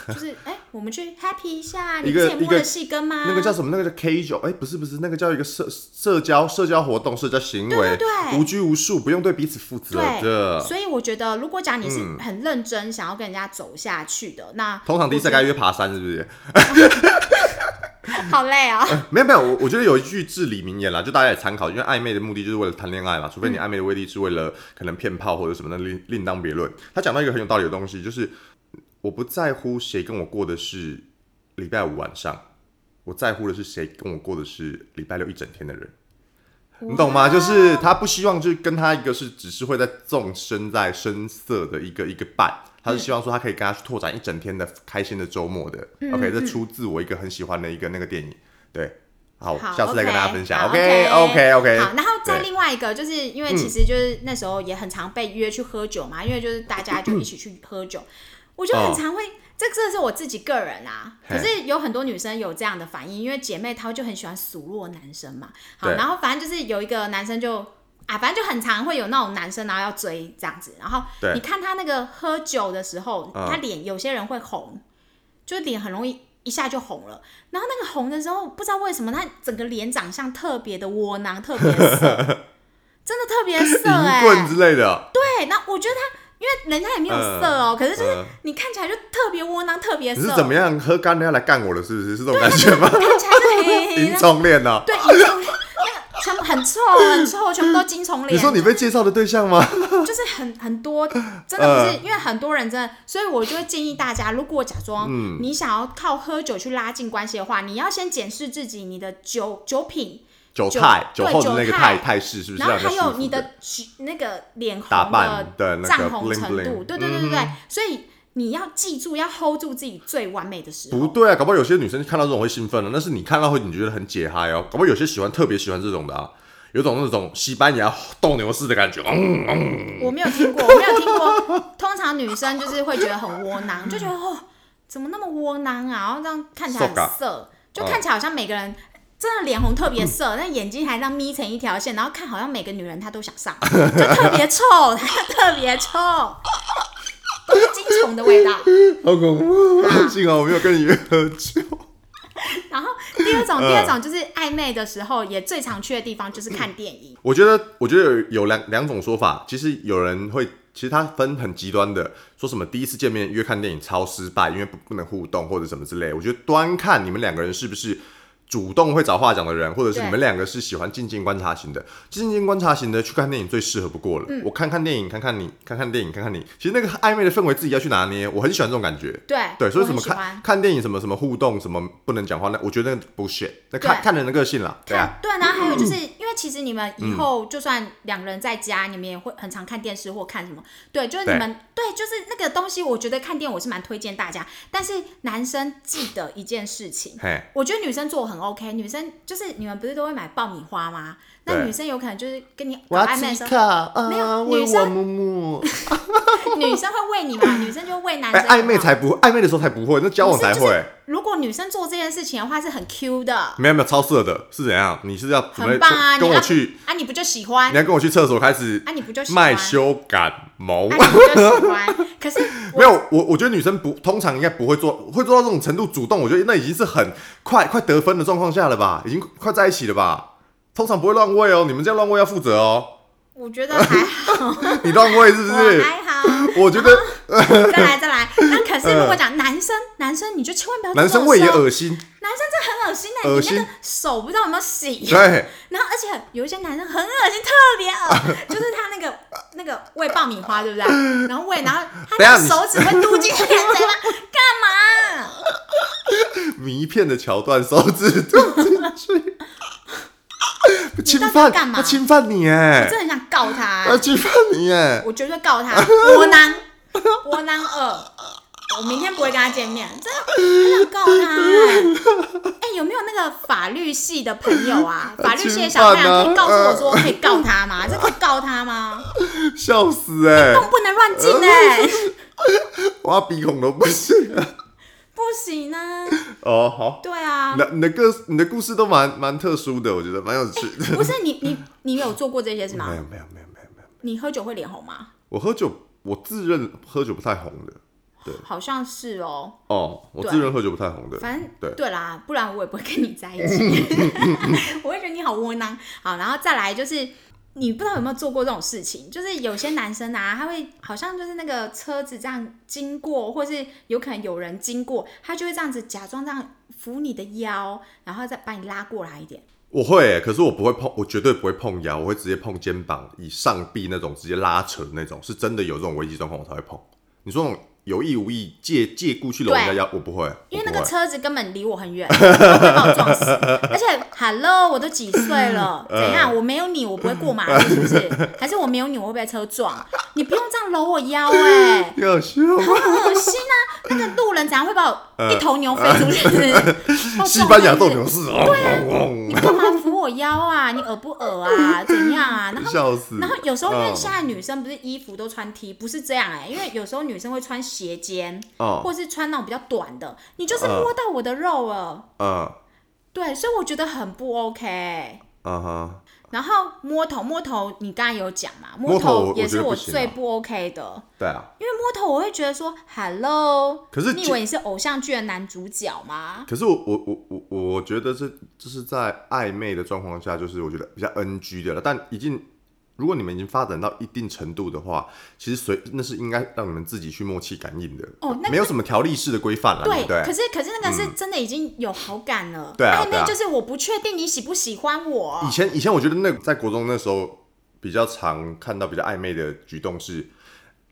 Speaker 2: 就是哎、我们去 happy 一下，你
Speaker 1: 啊一个
Speaker 2: 之前摸
Speaker 1: 一
Speaker 2: 了
Speaker 1: 个
Speaker 2: 细根吗？
Speaker 1: 那个叫什么？那个叫 K 酒？哎，不是不是，那个叫一个社社交社交活动、社交行为，
Speaker 2: 对对对
Speaker 1: 无拘无束，不用对彼此负责
Speaker 2: 对，
Speaker 1: 的。
Speaker 2: 所以我觉得，如果讲你
Speaker 1: 嗯
Speaker 2: 是很认真想要跟人家走下去的，那
Speaker 1: 通常第一次
Speaker 2: 我觉
Speaker 1: 该约爬山，是不是？
Speaker 2: 得好累啊、
Speaker 1: 没有没有，我我觉得有一句至理名言啦，就大家也参考，因为暧昧的目的就是为了谈恋爱嘛，除非你暧昧的威力是为了可能骗炮或者什么的，另另当别论。他讲到一个很有道理的东西，就是我不在乎谁跟我过的是礼拜五晚上，我在乎的是谁跟我过的是礼拜六一整天的人。 你懂吗？
Speaker 2: 哇
Speaker 1: 就是他不希望，就是跟他一个是只是会在纵身在深色的一个一个伴，他是希望说他可以跟他去拓展一整天的开心的周末的。OK，这
Speaker 2: 嗯
Speaker 1: 出自我一个很喜欢的一个那个电影，对，好，
Speaker 2: 好，
Speaker 1: 下次再跟
Speaker 2: OK，
Speaker 1: 大家分享。
Speaker 2: 好
Speaker 1: OK OK OK，
Speaker 2: 好，然后再
Speaker 1: 对
Speaker 2: 另外一个，就是因为其实就是那时候也很常被约去喝酒嘛，因为就是大家就一起去喝酒，
Speaker 1: 嗯
Speaker 2: 我就很常会，这这是我自己个人啊。
Speaker 1: 嘿
Speaker 2: 可是有很多女生有这样的反应，因为姐妹她就很喜欢数落男生嘛。好，
Speaker 1: 对
Speaker 2: 然后反正就是有一个男生就。啊，反正就很常会有那种男生，然后要追这样子，然后
Speaker 1: 对
Speaker 2: 你看他那个喝酒的时候，
Speaker 1: 嗯
Speaker 2: 他脸有些人会红，就脸很容易一下就红了。然后那个红的时候，不知道为什么，他整个脸长相特别的窝囊，特别 色，真的特别色哎、
Speaker 1: 淫棍之类的，
Speaker 2: 对，那我觉得他，因为人家也没有色哦，可是就是
Speaker 1: 嗯
Speaker 2: 你看起来就特别窝囊，特别
Speaker 1: 你
Speaker 2: 色。哦
Speaker 1: 是怎么样喝干了要来干我了，是不是？是这种感觉吗？
Speaker 2: 看起来就黑 黑黑
Speaker 1: 淫
Speaker 2: 的，
Speaker 1: 虫恋啊呢？
Speaker 2: 对，银虫，那 个全部很臭，很臭，全部都金虫脸。
Speaker 1: 你说你被介绍的对象吗？
Speaker 2: 就是很很多，真的不是、因为很多人真的，所以我就会建议大家，如果假装
Speaker 1: 嗯
Speaker 2: 你想要靠喝酒去拉近关系的话，你要先检视自己你的酒酒品，
Speaker 1: 酒
Speaker 2: 酒
Speaker 1: 态，酒
Speaker 2: 对
Speaker 1: 后的那个
Speaker 2: 酒态
Speaker 1: 态态势，是不是
Speaker 2: 然后
Speaker 1: 让人家
Speaker 2: 还
Speaker 1: 舒服？
Speaker 2: 有你的那个脸红
Speaker 1: 打扮
Speaker 2: 的
Speaker 1: 的那个
Speaker 2: 涨红
Speaker 1: bling
Speaker 2: 程度，
Speaker 1: bling 嗯
Speaker 2: 对对对对对，所以。你要记住，要 hold 住自己最完美的时
Speaker 1: 不
Speaker 2: 候。
Speaker 1: 对啊，搞不好有些女生看到这种会兴奋了，但是你看到会你觉得很解嗨哦，搞不好有些喜欢特别喜欢这种的啊，有种那种西班牙斗牛士的感觉，嗯嗯，
Speaker 2: 我没有听过，我没有听过。通常女生就是会觉得很窝囊，就觉得哦，怎么那么窝囊啊？然后这样看起来很
Speaker 1: 瘦感嗯
Speaker 2: 色，就看起来好像每个人。真的脸红特别色，但眼睛还这样眯成一条线，然后看好像每个女人她都想上，就特别臭， 她特别臭，都是精虫的味道。
Speaker 1: 好恐怖，幸好我没有跟你约喝酒。
Speaker 2: 然后第二种，
Speaker 1: 嗯
Speaker 2: 第二种就是暧昧的时候也最常去的地方就是看电影。
Speaker 1: 我觉得，我觉得有有两两种说法。其实有人会，其实他分很极端的，说什么第一次见面约看电影超失败，因为不不能互动或者什么之类。我觉得端看你们两个人是不是主动会找话讲的人，或者是
Speaker 2: 对
Speaker 1: 你们两个是喜欢静静观察型的。静静观察型的去看电影最适合不过了。
Speaker 2: 嗯
Speaker 1: 我看看电影，看看你，看看电影，看看你。其实那个暧昧的氛围自己要去拿捏，我很喜欢这种感觉。
Speaker 2: 对
Speaker 1: 对，所以
Speaker 2: 我
Speaker 1: 什
Speaker 2: 很
Speaker 1: 么
Speaker 2: 喜欢
Speaker 1: 看看电影，什么什么互动，什么不能讲话，那我觉得那 bullshit，那看
Speaker 2: 对
Speaker 1: 看人的个性啦，对啊。嗯
Speaker 2: 看对，然后还有就是因为其实你们以后就算两个人在家，你们也会很常看电视或看什么。对，就是你们对，就是那个东西，我觉得看电影我是蛮推荐大家。但是男生记得一件事情，
Speaker 1: 嘿，
Speaker 2: 我觉得女生做很 OK，女生就是你们不是都会买爆米花吗？那
Speaker 1: 对
Speaker 2: 女生有可能就是跟你
Speaker 1: 我
Speaker 2: 搞
Speaker 1: 要
Speaker 2: 暧昧的
Speaker 1: 吃
Speaker 2: 时
Speaker 1: 一口，啊，
Speaker 2: 没有
Speaker 1: 为我
Speaker 2: 女生
Speaker 1: 摸摸。
Speaker 2: 候，女生会喂你嘛，女生就会喂男
Speaker 1: 哎、
Speaker 2: 生。
Speaker 1: 暧昧才不暧昧的时候才不会，那交往才
Speaker 2: 不是就
Speaker 1: 会
Speaker 2: 是。如果女生做这件事情的话，是很 Q 的，
Speaker 1: 没有没有，超色的是怎样？你是要准备
Speaker 2: 很棒啊！
Speaker 1: 跟
Speaker 2: 你
Speaker 1: 我
Speaker 2: 啊
Speaker 1: 去？
Speaker 2: 啊，你不就喜欢
Speaker 1: 你？要跟我去厕所开始
Speaker 2: 啊，你不就喜欢？
Speaker 1: 卖修感毛？
Speaker 2: 啊，你不就喜欢？可是
Speaker 1: 没有，我我觉得女生不通常应该不会做，会做到这种程度主动，我觉得那已经是很快快得分的状况下了吧，已经快在一起了吧。通常不会乱喂哦，你们这样乱喂要负责哦。
Speaker 2: 我觉得还好，
Speaker 1: 你乱喂 是不
Speaker 2: 我
Speaker 1: 是？
Speaker 2: 还好。
Speaker 1: 我觉得
Speaker 2: 再来 再来，那可是如果讲男生，男生你就千万不要
Speaker 1: 嗯男生喂也
Speaker 2: 恶，
Speaker 1: 恶心，
Speaker 2: 男生真的很恶心的，
Speaker 1: 恶
Speaker 2: 你
Speaker 1: 心
Speaker 2: 那个手不知道有没 有洗，
Speaker 1: 对，
Speaker 2: 然后而且有一些男生很恶心，特别恶， 就是他那个那个喂爆米花，对不对？然后喂，然后他
Speaker 1: 等一下
Speaker 2: 那
Speaker 1: 你
Speaker 2: 个手指会嘟 进去，你知道吗？干嘛？
Speaker 1: 迷片的桥段，手指吐进去，侵
Speaker 2: 你到底
Speaker 1: 犯
Speaker 2: 要干嘛
Speaker 1: 他侵犯你
Speaker 2: 我
Speaker 1: 哎，
Speaker 2: 真的很想告他欸、
Speaker 1: 他侵犯你哎，
Speaker 2: 我绝对 告他窝囊，窝囊二。我明天不会跟他见面，真的很想告他欸、哎、有没有那个法律系的朋友 啊？法律系的小太阳可以告诉我说
Speaker 1: 嗯
Speaker 2: 可以告他吗？这可以告他吗？
Speaker 1: 笑死哎，
Speaker 2: 动不能乱进哎、
Speaker 1: 嗯 挖鼻孔都不行了。
Speaker 2: 不行啊！
Speaker 1: 哦，好，
Speaker 2: 对啊，
Speaker 1: 那你的个你的故事都蛮蛮特殊的，我觉得蛮有趣的。
Speaker 2: 不是你你你有做过这些是
Speaker 1: 没
Speaker 2: 吗？
Speaker 1: 有没有没有没有没有，
Speaker 2: 你喝酒会脸红吗？
Speaker 1: 我喝酒，我自认喝酒不太红的。
Speaker 2: 好像是哦，
Speaker 1: 哦，我
Speaker 2: 对
Speaker 1: 自认喝酒不太红的。
Speaker 2: 反正
Speaker 1: 对
Speaker 2: 对啦，不然我也不会跟你在一 起。 我会觉得你好窝囊。好，然后再来就是，你不知道有没有做过这种事情，就是有些男生啊，他会好像就是那个车子这样经过，或是有可能有人经过，他就会这样子假装这样扶你的腰，然后再把你拉过来一点。
Speaker 1: 我会欸、可是我不会碰，我绝对不会碰腰，我会直接碰肩膀，以上臂那种直接拉扯那种，是真的有这种危机状况我才会碰。你说那种有意无意借借故去搂人家腰，我不会，我
Speaker 2: 因为
Speaker 1: 不
Speaker 2: 那个
Speaker 1: 会。
Speaker 2: 车子根本离我很远，它会把 我撞死。而且，Hello，我都几岁了，怎样？我没有你，我不会过马路，是不 是？还是我没有你，我会被车撞？你不用这样搂我腰、欸，哎，
Speaker 1: 你好笑吗？
Speaker 2: 很恶心啊！那个路人怎样会把我一头牛飞出去？ 会
Speaker 1: 呃西班牙
Speaker 2: 撞
Speaker 1: 斗牛
Speaker 2: 是不是
Speaker 1: 士，哦对
Speaker 2: 啊你干嘛扶我腰啊？你恶不恶啊？怎样啊？然后。
Speaker 1: 笑死。
Speaker 2: 然后有时候因为
Speaker 1: 嗯
Speaker 2: 现在女生不是衣服都穿 T，不是这样哎、因为有时候女生会穿斜肩，
Speaker 1: 哦，
Speaker 2: 或是穿那种比较短的，你就是
Speaker 1: 嗯
Speaker 2: 摸到我的肉了，
Speaker 1: 嗯
Speaker 2: 对，所以我觉得很不 OK。
Speaker 1: 嗯哼，
Speaker 2: 然后摸头，摸头，你刚才有讲嘛，
Speaker 1: 摸
Speaker 2: 摸
Speaker 1: 头我
Speaker 2: 头也
Speaker 1: 我觉
Speaker 2: 是
Speaker 1: 得不
Speaker 2: 我
Speaker 1: 行啊
Speaker 2: 最不 OK 的，
Speaker 1: 对啊。
Speaker 2: 因为摸头我会觉得说，Hello，
Speaker 1: 可是
Speaker 2: 你以
Speaker 1: 这
Speaker 2: 为你是偶像剧的男主角吗？
Speaker 1: 可是我我我我我我觉得这就是在暧昧的状况下，就是我觉得比较 NG 的了。但已经如果你们已经发展到一定程度的话，其实随那是应该让你们自己去默契感应的，
Speaker 2: 哦那
Speaker 1: 没有什么条例式的规范了，对
Speaker 2: 对，
Speaker 1: 不对嗯
Speaker 2: 可？是可是那个是真的已经有好感了，
Speaker 1: 对啊
Speaker 2: 暧
Speaker 1: 对啊
Speaker 2: 昧就是我不确定你喜不喜欢我
Speaker 1: 以，前以前我觉得那在国中那时候比较常看到比较暧昧的举动是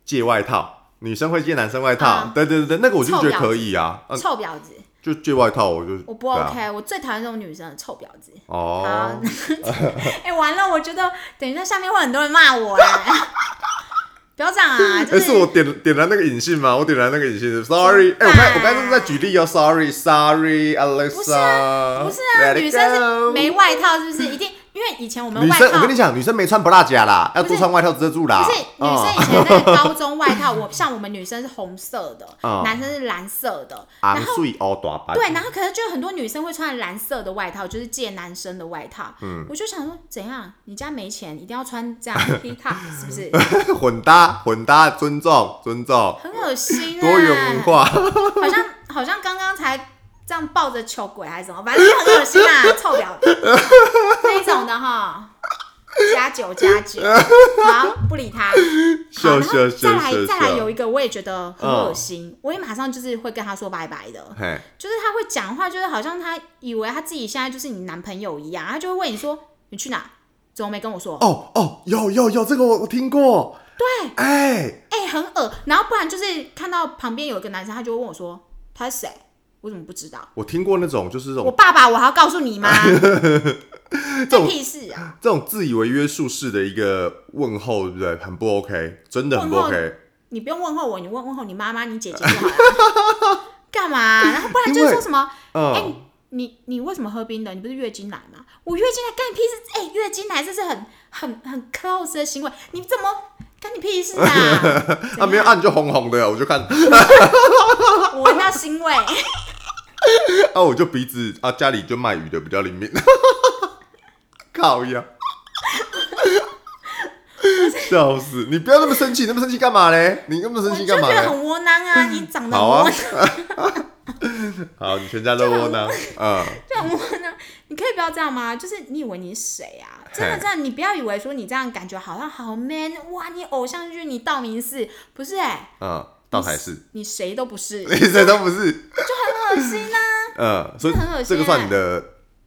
Speaker 1: 借外套，女生会借男生外套，
Speaker 2: 啊
Speaker 1: 对对对，对那个我就
Speaker 2: 臭
Speaker 1: 觉得
Speaker 2: 婊
Speaker 1: 可以啊，嗯，
Speaker 2: 臭婊子，
Speaker 1: 就借外套我就
Speaker 2: 我不
Speaker 1: 对
Speaker 2: OK，、
Speaker 1: 啊、
Speaker 2: 我最讨厌这种女生的臭婊子。
Speaker 1: 哦
Speaker 2: 好，，哎、完了，我觉得等一下下面会很多人骂我哎、 不要这 样啊！
Speaker 1: 哎、
Speaker 2: 就是
Speaker 1: 我点点燃那个隐性吗？我点燃那个隐性，sorry。哎、我刚我刚刚是在举例哦，sorry，sorry，Alexa。
Speaker 2: 不是啊，不是啊，
Speaker 1: Let it
Speaker 2: 女生是
Speaker 1: go
Speaker 2: 没外套，是不是？一定，因为以前我们
Speaker 1: 女
Speaker 2: 外
Speaker 1: 生，
Speaker 2: 套，
Speaker 1: 我跟你啊讲，女生没穿不辣夹啦，要
Speaker 2: 不是
Speaker 1: 多穿外套遮住啦。
Speaker 2: 不是女生以前那个高中外套，我像我们女生是红色的，
Speaker 1: 嗯
Speaker 2: 男生是蓝色的，
Speaker 1: 昂
Speaker 2: 然后
Speaker 1: 睡哦，大白。
Speaker 2: 对，然后可是就有很多女生会穿蓝色的外套，就是借男生的外套。嗯，我就想说，怎样？你家没钱，一定要穿这样 hip hop 是 不 是？
Speaker 1: 混搭，混搭，尊重，尊重，
Speaker 2: 很恶心、啊。
Speaker 1: 多元文，化。
Speaker 2: 好像好像刚刚才这样抱着球鬼还是什么，反正就很恶心啊，臭婊子那一种的哈。加九加九，好，不理他。
Speaker 1: 笑
Speaker 2: 好，然后
Speaker 1: 笑
Speaker 2: 再
Speaker 1: 笑
Speaker 2: 来
Speaker 1: 笑
Speaker 2: 再来
Speaker 1: 笑嗯
Speaker 2: 有。一个，我也觉得很恶心，我也马上就是会跟他说拜拜的。
Speaker 1: 嘿，
Speaker 2: 就是他会讲话，就是好像他以为他自己现在就是你男朋友一样，他就会问你说你去哪，怎么没跟我说？
Speaker 1: 哦哦，有有有，这个我我听过。
Speaker 2: 对，
Speaker 1: 哎，
Speaker 2: 哎、很恶。然后不然就是看到旁边有一个男生，他就会问我说他是谁，我怎么不知道？
Speaker 1: 我听过那种，就是这
Speaker 2: 我
Speaker 1: 种
Speaker 2: 爸爸，我还要告诉你吗？
Speaker 1: 这
Speaker 2: 这
Speaker 1: 种
Speaker 2: 屁事啊！
Speaker 1: 这种自以为约束式的一个问候，对不对？很不 OK，真的很不
Speaker 2: 问候
Speaker 1: OK。
Speaker 2: 你不用问候我，你问问候你妈妈、你姐姐就好了。干嘛？然后不然就是说什么？哎、
Speaker 1: 嗯，
Speaker 2: 你你为什么喝冰的？你不是月经来吗？我月经来干你屁事！哎、月经来这是很很很 close 的行为，你怎么干你屁事啊？
Speaker 1: 啊没有啊，你就红红的，我就看，
Speaker 2: 我闻到腥味，
Speaker 1: 啊我就鼻子啊，家里就卖鱼的比较灵敏， 靠呀， 笑死！你不要那么生气，那么生气干嘛嘞？你那么
Speaker 2: 我
Speaker 1: 生气
Speaker 2: 就
Speaker 1: 干
Speaker 2: 觉
Speaker 1: 嘛
Speaker 2: 得
Speaker 1: 嘞？
Speaker 2: 很窝囊啊！你长得很
Speaker 1: 好啊
Speaker 2: 窝囊，
Speaker 1: 好，你全家都窝囊，嗯，
Speaker 2: 就很窝囊。 你可以不要这样吗？就是你以为你是谁啊？真的
Speaker 1: 嘿
Speaker 2: 真的，你不要以为说你这样感觉好像好 man 哇！你偶像剧，你道明寺不是哎、
Speaker 1: 嗯，倒才是，
Speaker 2: 你谁都不是，
Speaker 1: 你谁都不是，
Speaker 2: 很恶心啊！
Speaker 1: 嗯，所以
Speaker 2: 这很恶心
Speaker 1: 这个
Speaker 2: 欸
Speaker 1: 算你的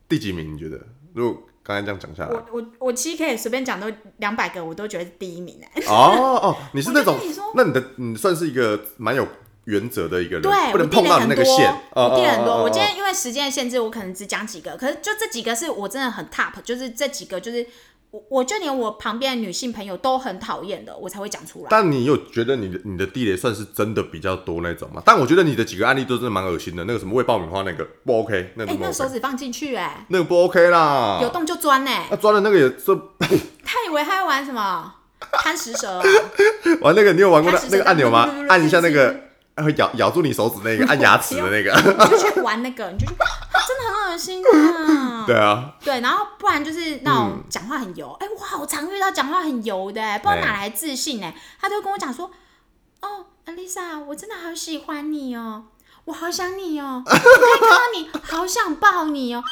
Speaker 1: 第几名？你觉得？如果刚才这样讲下来
Speaker 2: 我，我我其实可以随便讲都两百个，我都觉得是第一名哎、
Speaker 1: 哦哦，你是那种
Speaker 2: 我就跟你说，
Speaker 1: 那你的你算是一个蛮有原则的一个人，
Speaker 2: 对，
Speaker 1: 不能
Speaker 2: 我定
Speaker 1: 碰
Speaker 2: 了
Speaker 1: 到
Speaker 2: 很
Speaker 1: 你那
Speaker 2: 多，
Speaker 1: 个线。
Speaker 2: 我定了很
Speaker 1: 哦哦哦
Speaker 2: 多。
Speaker 1: 哦
Speaker 2: 我今天因为时间的限制，我可能只讲几个，可是就这几个是我真的很 top，就是这几个就是我，我就连我旁边的女性朋友都很讨厌的，我才会讲出来。
Speaker 1: 但你有觉得你的你的地雷算是真的比较多那种吗？但我觉得你的几个案例都真的蛮恶心的，那个什么喂爆米花那个不 OK，那
Speaker 2: 哎、
Speaker 1: 个不
Speaker 2: 那
Speaker 1: OK，、
Speaker 2: 手指放进去、哎、
Speaker 1: 那个不 OK 啦。
Speaker 2: 有洞就钻哎、
Speaker 1: 那钻的那个也是
Speaker 2: 他以为他要玩什么贪食蛇啊、
Speaker 1: 玩那个，你有玩过那
Speaker 2: 开始
Speaker 1: 那个按钮
Speaker 2: 是
Speaker 1: 吗
Speaker 2: 是是？
Speaker 1: 按一下那个会咬咬住你手指那个，按牙齿的那个。
Speaker 2: 你就去玩那个，你就去， 真的很恶心啊。
Speaker 1: 对啊，
Speaker 2: 对，然后不然就是那
Speaker 1: 嗯
Speaker 2: 种讲话很油，哎、我好常遇到讲话很油的、不知道哪来自信哎、他就会跟我讲说，哦，Alisa，我真的好喜欢你哦，我好想你哦，我可以看到 你，好想抱你哦，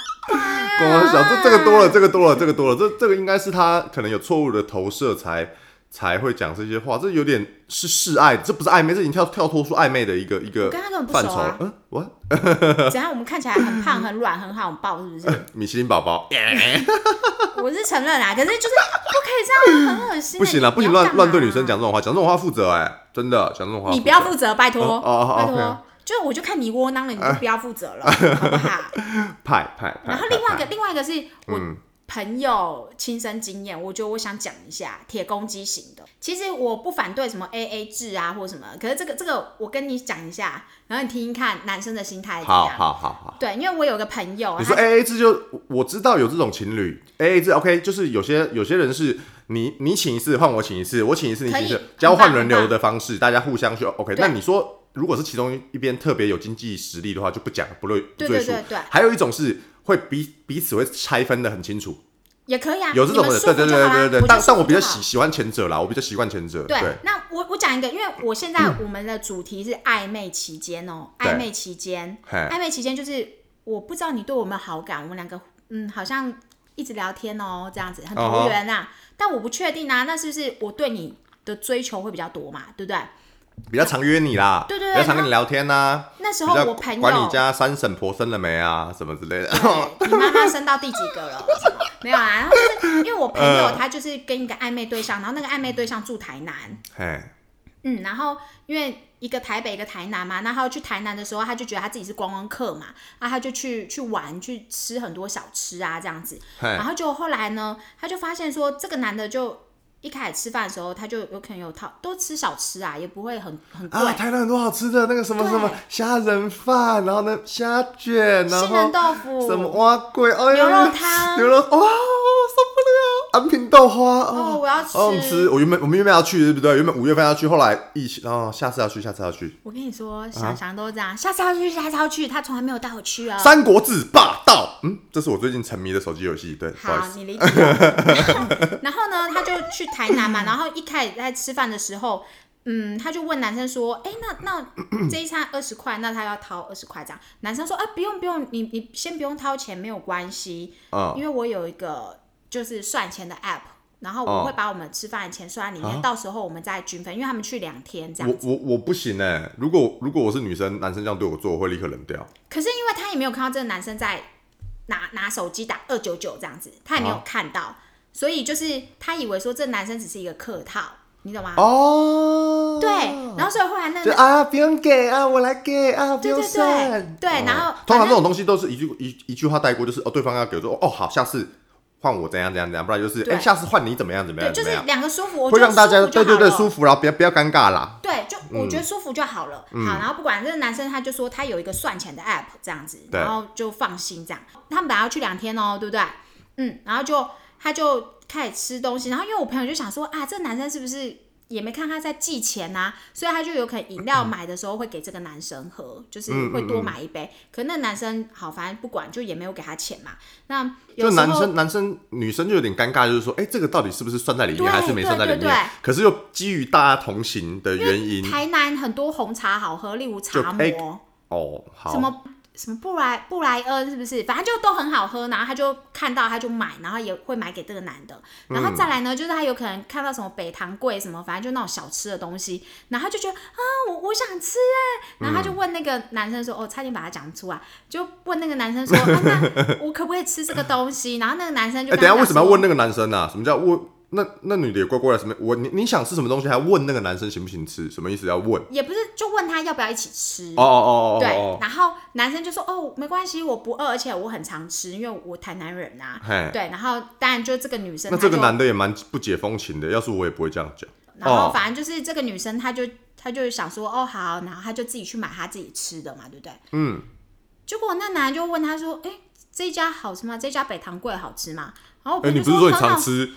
Speaker 1: 光小这这个多
Speaker 2: 啊
Speaker 1: 了，这个多了，这个多了，这这个应该是他可能有错误的投射才才会讲这些话，这有点是示爱，这不是暧昧，这已经跳跳脱出暧昧的一个一个
Speaker 2: 我跟他根本不
Speaker 1: 范
Speaker 2: 熟
Speaker 1: 畴
Speaker 2: 啊
Speaker 1: 了。嗯，我
Speaker 2: 怎样？我们看起来很胖、很软、很好抱，是不是？
Speaker 1: 米其林宝宝，
Speaker 2: 我是承认啊，可是就是不可以这样，很恶心欸、
Speaker 1: 不行啦，
Speaker 2: 你
Speaker 1: 不行
Speaker 2: 你要
Speaker 1: 乱
Speaker 2: 干
Speaker 1: 乱对
Speaker 2: 嘛
Speaker 1: 女生讲这种话，讲这种话负责哎，真的讲这种话，
Speaker 2: 你不要负责，拜托，
Speaker 1: 哦哦哦
Speaker 2: 拜
Speaker 1: OK
Speaker 2: 托。就我就看你窝囊了，你就不要负责了， 好不好？
Speaker 1: 派派派。
Speaker 2: 然后另外一个，
Speaker 1: 派，
Speaker 2: 另外一个是我
Speaker 1: 哎嗯
Speaker 2: 朋友亲身经验，我觉得我想讲一下铁公鸡型的。其实我不反对什么 A A 制啊，或什么，可是这个这个我跟你讲一下，然后你听听看男生的心态
Speaker 1: 派
Speaker 2: 是怎
Speaker 1: 好
Speaker 2: 样。
Speaker 1: 好好好。
Speaker 2: 对，因为我有个朋友，
Speaker 1: 你
Speaker 2: 他
Speaker 1: 说哎 A A 制就我我知道有这种情侣 A A 制，OK，就是有些有些人是你你请一次换我请一次，我请一次你请一
Speaker 2: 可
Speaker 1: 次
Speaker 2: 以，
Speaker 1: 交换
Speaker 2: 很棒
Speaker 1: 轮流的方式，大家互相去 OK。
Speaker 2: 对
Speaker 1: 那你说如果是其中一边特别有经济实力的话，就不讲不论不
Speaker 2: 对
Speaker 1: 赘
Speaker 2: 对
Speaker 1: 述
Speaker 2: 对。对，
Speaker 1: 还有一种是会彼彼此会拆分的很清楚，
Speaker 2: 也可以啊，
Speaker 1: 有这种
Speaker 2: 你
Speaker 1: 的，
Speaker 2: 们舒
Speaker 1: 对
Speaker 2: 服
Speaker 1: 对
Speaker 2: 就
Speaker 1: 对
Speaker 2: 好啦
Speaker 1: 对对。
Speaker 2: 就
Speaker 1: 但
Speaker 2: 舒
Speaker 1: 但
Speaker 2: 服
Speaker 1: 我比较
Speaker 2: 就好
Speaker 1: 喜喜欢前者啦，我比较习惯前者。
Speaker 2: 对
Speaker 1: 对，，嗯
Speaker 2: 那我我讲一个，因为我现在我们的主题是暧昧期间哦，
Speaker 1: 对
Speaker 2: 暧昧期间，
Speaker 1: 嘿，
Speaker 2: 暧昧期间就是我不知道你对我们好感，我们两个嗯好像一直聊天哦，这样子很
Speaker 1: 哦
Speaker 2: 投缘啊。但我不确定啊，那是不是我对你的追求会比较多嘛？对不对？
Speaker 1: 比较常约你啦，
Speaker 2: 对对
Speaker 1: 比
Speaker 2: 对
Speaker 1: 较常跟你聊天呐，
Speaker 2: 那时
Speaker 1: 比
Speaker 2: 候
Speaker 1: 较
Speaker 2: 我朋友
Speaker 1: 管你家三婶婆生了没啊，什么之类的。
Speaker 2: 对你妈妈生到第几个了？什么没有啊，然后就是因为我朋友
Speaker 1: 呃
Speaker 2: 他就是跟一个暧昧对象，然后那个暧昧对象住台南，
Speaker 1: 嘿，
Speaker 2: 嗯，然后因为一个台北一个台南嘛，那他去台南的时候，他就觉得他自己是观光客嘛，啊，他就去去玩去吃很多小吃啊这样子，
Speaker 1: 嘿，
Speaker 2: 然后就后来呢，他就发现说这个男的就一开始吃饭的时候，他就有可能有讨多吃小吃啊，也不会很很贵。
Speaker 1: 啊，台南很多好吃的，那个什么什么
Speaker 2: 对
Speaker 1: 虾仁饭，然后呢虾卷，然
Speaker 2: 杏仁
Speaker 1: 后
Speaker 2: 豆腐
Speaker 1: 什么蛙桂，哎呀，
Speaker 2: 牛肉汤
Speaker 1: 牛肉哇，受不了！安平豆花
Speaker 2: 哦，
Speaker 1: 哦，
Speaker 2: 我要
Speaker 1: 好想吃。我原本我们原本要去，对不对？原本五月份要去，后来疫情，哦，下次要去，下次要去。
Speaker 2: 我跟你说，
Speaker 1: 啊
Speaker 2: 想想都是这样，下次要去，下次要去，他从来没有带我去啊。
Speaker 1: 三国志霸道，嗯，这是我最近沉迷的手机游戏，对，不好意
Speaker 2: 好，
Speaker 1: 思，
Speaker 2: 你理解 我。然后呢，他就去台南 嘛，然后一开始在吃饭的时候，嗯，他就问男生说：“哎、那 那这一餐二十块，那他要掏二十块这样。”男生说：“啊，不用不用，你你先不用掏钱，没有关系，
Speaker 1: 嗯，
Speaker 2: 因为我有一个就是算钱的 app，然后
Speaker 1: 哦
Speaker 2: 我会把我们吃饭的钱算在里面，
Speaker 1: 啊
Speaker 2: 到时候我们再均分，因为他们去两天这样。”
Speaker 1: 我我我不行哎、如果如果我是女生，男生这样对我做，我会立刻冷掉。
Speaker 2: 可是因为他也没有看到这个男生在拿拿手机打二九九这样子，他也没有
Speaker 1: 啊
Speaker 2: 看到，所以就是他以为说这男生只是一个客套，你懂吗？
Speaker 1: 哦，
Speaker 2: 对，然后所以后来那
Speaker 1: 就
Speaker 2: 个
Speaker 1: 啊，不用给啊，我来给啊，不
Speaker 2: 对
Speaker 1: 用
Speaker 2: 对对
Speaker 1: 算。
Speaker 2: 对，
Speaker 1: 哦
Speaker 2: 然后
Speaker 1: 通常
Speaker 2: 反正
Speaker 1: 这种东西都是一句一一句话带过，就是哦，对方要给我说哦好，下次换我怎样怎样怎样，不然就是
Speaker 2: 对
Speaker 1: 哎，下次换你怎么样怎么
Speaker 2: 对，
Speaker 1: 样
Speaker 2: 就
Speaker 1: 怎么
Speaker 2: 是
Speaker 1: 样，
Speaker 2: 两个舒服，我
Speaker 1: 会
Speaker 2: 觉得
Speaker 1: 让大家
Speaker 2: 舒服
Speaker 1: 对
Speaker 2: 就
Speaker 1: 对对
Speaker 2: 好了
Speaker 1: 舒服，然后不要不要尴尬啦。
Speaker 2: 对，就我
Speaker 1: 嗯
Speaker 2: 觉得舒服就好了。好，然后不管这个男生，他就说他有一个算钱的 app 这样子，
Speaker 1: 对
Speaker 2: 然后就放心这样。他们本来要去两天哦，对不对？嗯，然后就他就开始吃东西，然后因为我朋友就想说啊，这男生是不是也没看他在寄钱呐、所以他就有可能饮料买的时候会给这个男生喝，就是会多买一杯。
Speaker 1: 嗯
Speaker 2: 可那男生好，反正不管，就也没有给他钱嘛。那有
Speaker 1: 就
Speaker 2: 时
Speaker 1: 男
Speaker 2: 候
Speaker 1: 生男生女生就有点尴尬，就是说哎，这个到底是不是算在里
Speaker 2: 对
Speaker 1: 面，还是没算在里
Speaker 2: 对对
Speaker 1: 面
Speaker 2: 对？
Speaker 1: 可是又基于大家同行的原因，
Speaker 2: 台南很多红茶好喝，例如
Speaker 1: 就
Speaker 2: 茶
Speaker 1: 哎
Speaker 2: 魔。
Speaker 1: 哦好
Speaker 2: 什，么什么布莱布莱恩是不是？反正就都很好喝，然后他就看到他就买，然后也会买给这个男的。
Speaker 1: 嗯
Speaker 2: 然后再来呢，就是他有可能看到什么北糖柜什么，反正就那种小吃的东西，然后他就觉得啊，我我想吃哎、然
Speaker 1: 嗯
Speaker 2: 后他就问那个男生说，哦，差点把他讲出来，就问那个男生说，啊、那 我可不可以吃这个东西？然后那个男生就
Speaker 1: 哎，等
Speaker 2: 跟
Speaker 1: 一
Speaker 2: 他
Speaker 1: 下为
Speaker 2: 讲
Speaker 1: 什么要
Speaker 2: 说
Speaker 1: 问那个男生啊？什么叫问？那那女的也乖乖的，什么我你你想吃什么东西，还问那个男生行不行吃？什么意思？要问？
Speaker 2: 也不是就问他要不要一起吃
Speaker 1: 哦哦哦哦
Speaker 2: 对
Speaker 1: 哦，，
Speaker 2: 然后男生就说：“哦，没关系，我不饿，而且我很常吃，因为我台南人呐、
Speaker 1: 嘿
Speaker 2: 对，然后当然就这个女生，
Speaker 1: 那这个
Speaker 2: 她就
Speaker 1: 男的也蛮不解风情的，要是我也不会这样讲。
Speaker 2: 然后
Speaker 1: 哦
Speaker 2: 反正就是这个女生，她就她就想说：哦，好，然后她就自己去买她自己吃的嘛，对不对？
Speaker 1: 嗯，
Speaker 2: 结果那男的就问她说：哎、这家好吃吗？这家北糖贵好吃吗？然后我
Speaker 1: 哎、
Speaker 2: 朋
Speaker 1: 你
Speaker 2: 友
Speaker 1: 不
Speaker 2: 就是
Speaker 1: 说
Speaker 2: 说
Speaker 1: 你
Speaker 2: 很
Speaker 1: 常
Speaker 2: 好，
Speaker 1: 吃？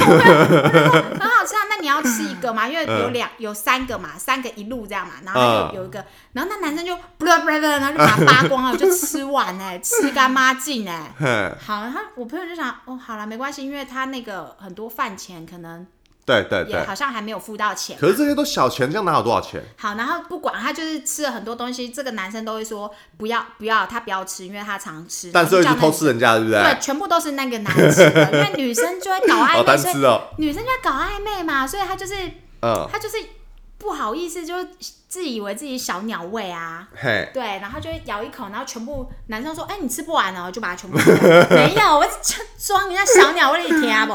Speaker 2: 很好吃啊，那你要吃一 个嘛？因为有两、有三个嘛，三个一路这样嘛，然后有、
Speaker 1: 嗯
Speaker 2: 有一个，然后那男生就 不啦不啦不啦，然后就把它扒光了，就吃完哎、吃干抹净哎、
Speaker 1: 嘿，
Speaker 2: 好，然后我朋友就想，哦，好了，没关系，因为他那个很多饭钱可能
Speaker 1: 对对
Speaker 2: 也
Speaker 1: 对。
Speaker 2: 好像还没有付到钱。
Speaker 1: 可是这些都小钱，这样哪有多少钱？
Speaker 2: 好，然后不管他就是吃了很多东西，这个男生都会说不要不要，他不要吃，因为他常吃。
Speaker 1: 但是又
Speaker 2: 然
Speaker 1: 去
Speaker 2: 后就叫那
Speaker 1: 偷吃人家，对不对？
Speaker 2: 对，全部都是那个男吃的，因为女生就会搞
Speaker 1: 好
Speaker 2: 暧昧，
Speaker 1: 单
Speaker 2: 所以
Speaker 1: 吃哦，
Speaker 2: 女生就会搞暧昧嘛，所以他就是
Speaker 1: 嗯，
Speaker 2: 他就是不好意思，就自以为自己小鸟胃啊。
Speaker 1: 嘿，
Speaker 2: 对，然后就会咬一口，然后全部男生说：“哎、你吃不完哦，就把它全部吃掉。”没有，我只装人家小鸟胃里啊贴不？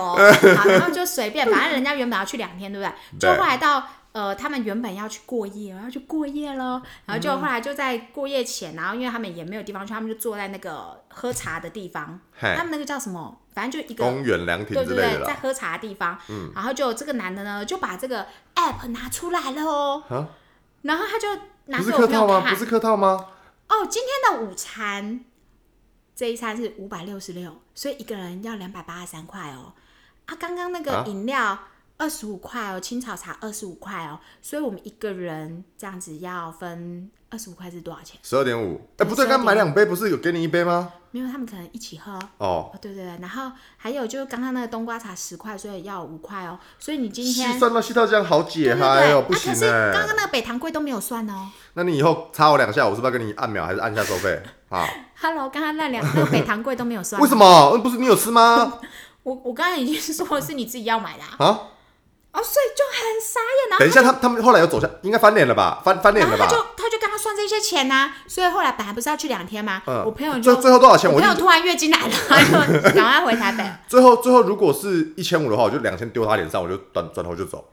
Speaker 2: 好，然后就随便，反正人家原本要去两天，对不对？
Speaker 1: 对
Speaker 2: 就后来到呃，他们原本要去过夜，然后就过夜喽。然后就后来就在过夜前，然后因为他们也没有地方去，他们就坐在那个喝茶的地方，
Speaker 1: 嘿
Speaker 2: 他，们那个叫什么？反正就一个
Speaker 1: 公园凉亭
Speaker 2: 对
Speaker 1: 之
Speaker 2: 对
Speaker 1: 类的
Speaker 2: 对，在
Speaker 1: 啦。
Speaker 2: 喝茶的地方，然后就这个男的呢，就把这个 app 拿出来了哦，
Speaker 1: 啊，
Speaker 2: 然后他就拿
Speaker 1: 不
Speaker 2: 给
Speaker 1: 是
Speaker 2: 我
Speaker 1: 客
Speaker 2: 朋
Speaker 1: 套
Speaker 2: 友
Speaker 1: 吗？
Speaker 2: 看
Speaker 1: 不，是客套吗？
Speaker 2: 哦，今天的午餐这一餐是五百六十六，所以一个人要两百八十三块哦。啊，刚刚那
Speaker 1: 啊
Speaker 2: 个饮料二十五块哦，青草茶二十五块哦，所以我们一个人这样子要分二十五块是多少钱？
Speaker 1: 十二点五，哎，不对，
Speaker 2: 12.5
Speaker 1: 刚买两杯，不是有给你一杯吗？
Speaker 2: 没有，他们可能一起喝。
Speaker 1: 哦，
Speaker 2: 哦，对对对，然后还有就是刚刚那个冬瓜茶十块，所以要五块哦。所以你今
Speaker 1: 细
Speaker 2: 天
Speaker 1: 算到细到这样好
Speaker 2: 对
Speaker 1: 解
Speaker 2: 对对，
Speaker 1: 嗨哦，
Speaker 2: 啊
Speaker 1: 不行
Speaker 2: 可是刚
Speaker 1: 哎。
Speaker 2: 刚那个北糖柜都没有算哦。
Speaker 1: 那你以后插我两下，我是不是要跟你按秒还是按下收费？好，
Speaker 2: 啊 Hello，刚刚那两那个北糖柜都没有算哦。
Speaker 1: 为什么？嗯不是你有吃吗？
Speaker 2: 我我刚刚已经说是你自己要买的、啊。
Speaker 1: 啊？
Speaker 2: 哦，所以就很傻眼，然后
Speaker 1: 等一下，他他们后来又走下，应该翻脸了吧？翻翻脸
Speaker 2: 然后
Speaker 1: 了
Speaker 2: 他
Speaker 1: 吧？
Speaker 2: 就他就跟他算这些钱呐、所以后来本来不是要去两天嘛，
Speaker 1: 嗯
Speaker 2: 我朋友
Speaker 1: 最
Speaker 2: 就
Speaker 1: 最后多少钱？
Speaker 2: 我
Speaker 1: 我
Speaker 2: 朋
Speaker 1: 就
Speaker 2: 友突然月经来了，他就 赶快回台北。
Speaker 1: 最后最后如果是一千五的话，我就两千丢他脸上，我就转转头就走。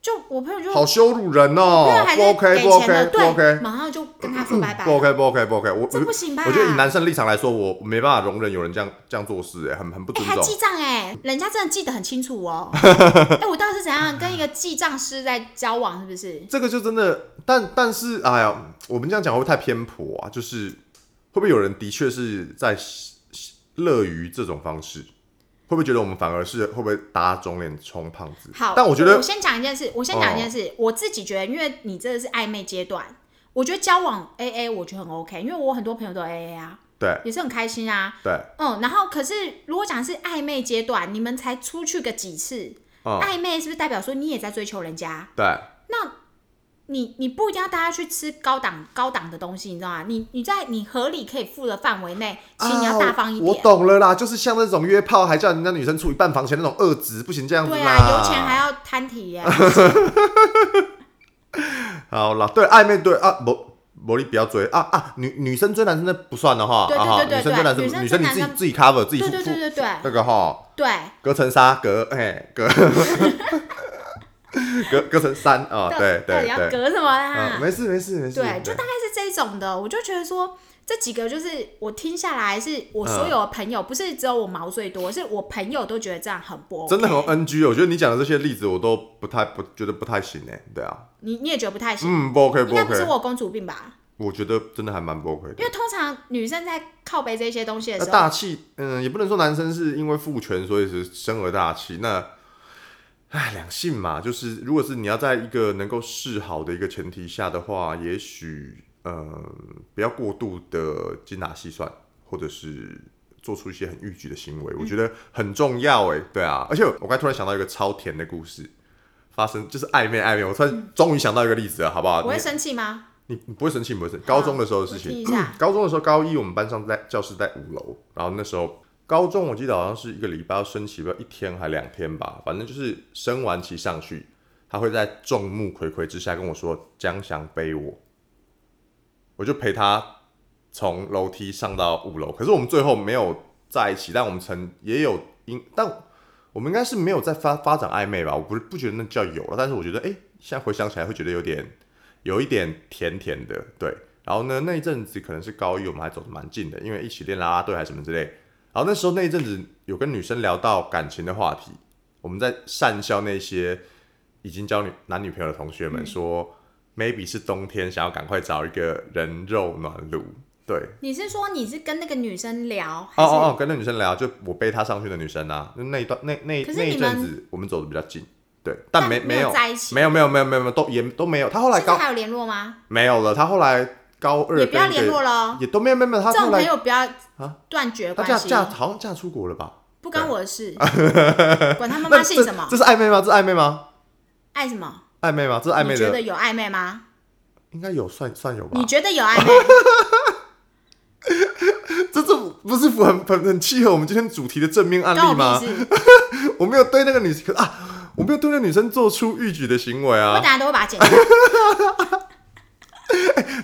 Speaker 2: 就我朋友就
Speaker 1: 好羞辱人哦
Speaker 2: 朋友，嗯还
Speaker 1: 不
Speaker 2: 是
Speaker 1: OK
Speaker 2: 给
Speaker 1: 不
Speaker 2: 钱
Speaker 1: OK
Speaker 2: 了，
Speaker 1: 不
Speaker 2: 对，
Speaker 1: OK 嗯
Speaker 2: 马上就跟他说拜拜哎
Speaker 1: 不。OK 不 OK 不 OK，我
Speaker 2: 这不行吧
Speaker 1: 我觉得以男生立场来说，我我没办法容忍有人这样这样做事，哎，很很不
Speaker 2: 哎、
Speaker 1: 尊
Speaker 2: 还
Speaker 1: 重。
Speaker 2: 记账哎、人家真的记得很清楚 哦。哎、我当时怎样跟一个记账师在交往，是不是？
Speaker 1: 这个就真的，但但是，哎呀，我们这样讲会不会太偏颇啊？就是会不会有人的确是在喜喜乐于这种方式？会不会觉得我们反而是会不会打肿脸充胖子？
Speaker 2: 好，
Speaker 1: 但我觉得哦
Speaker 2: 我先讲一件事，我先讲一件事，我自己觉得，因为你这个是暧昧阶段，我觉得交往 A A 我觉得很 OK，因为我很多朋友都 A A 啊，
Speaker 1: 对
Speaker 2: 也是很开心啊。
Speaker 1: 对，
Speaker 2: 嗯，然后可是如果讲是暧昧阶段，你们才出去个几次，
Speaker 1: 嗯，
Speaker 2: 暧昧是不是代表说你也在追求人家？
Speaker 1: 对，
Speaker 2: 你你不一定要大家去吃高档高档的东西，你知道吗？你你在你合理可以付的范围内，其实你要大方一
Speaker 1: 啊我
Speaker 2: 点。
Speaker 1: 懂了啦，就是像那种约炮还叫人家女生出一半房钱那种恶质，不行这样子啦。
Speaker 2: 对啊，有钱还要摊体
Speaker 1: 啊
Speaker 2: 耶。
Speaker 1: 好啦，对暧昧对啊，不。魔力不要追啊啊！女女生追男生那不算的哈，
Speaker 2: 对对
Speaker 1: 啊哈
Speaker 2: 对
Speaker 1: 女
Speaker 2: 对
Speaker 1: 生追男生
Speaker 2: 对女
Speaker 1: 女
Speaker 2: 生
Speaker 1: 生
Speaker 2: 追
Speaker 1: 你
Speaker 2: 男
Speaker 1: 自己
Speaker 2: 生
Speaker 1: 自己 cover 自己
Speaker 2: 对
Speaker 1: 付付
Speaker 2: 对
Speaker 1: 啊
Speaker 2: 对对对
Speaker 1: 那个哈，
Speaker 2: 对。
Speaker 1: 隔层纱，隔哎隔 隔隔层三啊，
Speaker 2: 到
Speaker 1: 对
Speaker 2: 到
Speaker 1: 对
Speaker 2: 底要
Speaker 1: 对，
Speaker 2: 隔什么啦？
Speaker 1: 啊，没事没事没事，
Speaker 2: 对，就大概是这种的。我就觉得说，这几个就是我听下来，是我所有的朋友，不是只有我毛最多，是我朋友都觉得这样很不 OK。
Speaker 1: 真的很 NG。我觉得你讲的这些例子我都不太不觉得不太行哎，对啊，
Speaker 2: 你你也觉得不太行，
Speaker 1: 嗯，不 OK
Speaker 2: 应
Speaker 1: 不
Speaker 2: 该不是
Speaker 1: OK，
Speaker 2: 我有公主病吧？
Speaker 1: 我觉得真的还蛮不 OK 的
Speaker 2: 因。为通常女生在靠背这些东西的
Speaker 1: 那
Speaker 2: 时候，
Speaker 1: 大气，嗯，也不能说男生是因为父权所以是生而大气。那，唉，两性嘛，就是如果是你要在一个能够示好的一个前提下的话，也许，嗯，不要过度的精打细算，或者是做出一些很逾矩的行为，我觉得很重要。哎，对啊，而且我刚才突然想到一个超甜的故事。发生就是暧昧暧昧，我突然终于想到一个例子了，好不好？
Speaker 2: 我
Speaker 1: 你
Speaker 2: 会生气吗？
Speaker 1: 你你不会生气，你不会生气。高中的时候的事
Speaker 2: 我记
Speaker 1: 情
Speaker 2: 一下，
Speaker 1: 高中的时候，高一我们班上在教室在五楼，然后那时候高中我记得好像是一个礼拜要升旗，不知道一天还两天吧，反正就是升完旗上去，他会在众目睽睽之下跟我说“江翔背我”，我就陪他从楼梯上到五楼。可是我们最后没有在一起，但我们曾也有因，但我们应该是没有在发发展暧昧吧？我不是不觉得那叫有了，但是我觉得，哎、现在回想起来会觉得有点有一点甜甜的，对。然后呢，那一阵子可能是高一，我们还走得蛮近的，因为一起练啦啦队还是什么之类。然后那时候那一阵子有跟女生聊到感情的话题，我们在讪笑那些已经交女男女朋友的同
Speaker 2: 嗯
Speaker 1: 学们说、m a y b e 是冬天想要赶快找一个人肉暖炉，对，
Speaker 2: 你是说你是跟那个女生聊，还
Speaker 1: 哦
Speaker 2: 是
Speaker 1: 哦哦，跟那女生聊，就我背她上去的女生啊，那那一段那那
Speaker 2: 可是
Speaker 1: 那
Speaker 2: 你
Speaker 1: 一
Speaker 2: 们
Speaker 1: 阵子我们走的比较近，对，但没
Speaker 2: 没有
Speaker 1: 有
Speaker 2: 在一起
Speaker 1: 没有没有没有没有没有都也都没有，她后来
Speaker 2: 现在
Speaker 1: 高
Speaker 2: 还有联络吗？
Speaker 1: 没有了，她后来高二
Speaker 2: 也不要
Speaker 1: 跟一个
Speaker 2: 联络了哦，
Speaker 1: 也都没有没有没有，她
Speaker 2: 这
Speaker 1: 后
Speaker 2: 种朋
Speaker 1: 来
Speaker 2: 友不要
Speaker 1: 啊
Speaker 2: 断绝
Speaker 1: 她嫁
Speaker 2: 关系，
Speaker 1: 嫁好像嫁出国了吧？
Speaker 2: 不干我的事，管他
Speaker 1: 那
Speaker 2: 妈妈
Speaker 1: 这
Speaker 2: 姓什么
Speaker 1: 这是暧昧吗？这是暧昧吗？
Speaker 2: 爱什么。
Speaker 1: 暧昧吗？这是暧昧
Speaker 2: 你觉
Speaker 1: 的，啊
Speaker 2: 得有暧昧吗？
Speaker 1: 应该有算算有吧
Speaker 2: 你？觉得 有暧昧？
Speaker 1: 这这不是符合很很很契合我们今天主题的正面案
Speaker 2: 关
Speaker 1: 例
Speaker 2: 我
Speaker 1: 吗
Speaker 2: 屁？事！
Speaker 1: 我没有对那个女生啊，我没有对那个女生做出逾矩的行为
Speaker 2: 我
Speaker 1: 啊
Speaker 2: 等。下都会把它剪掉。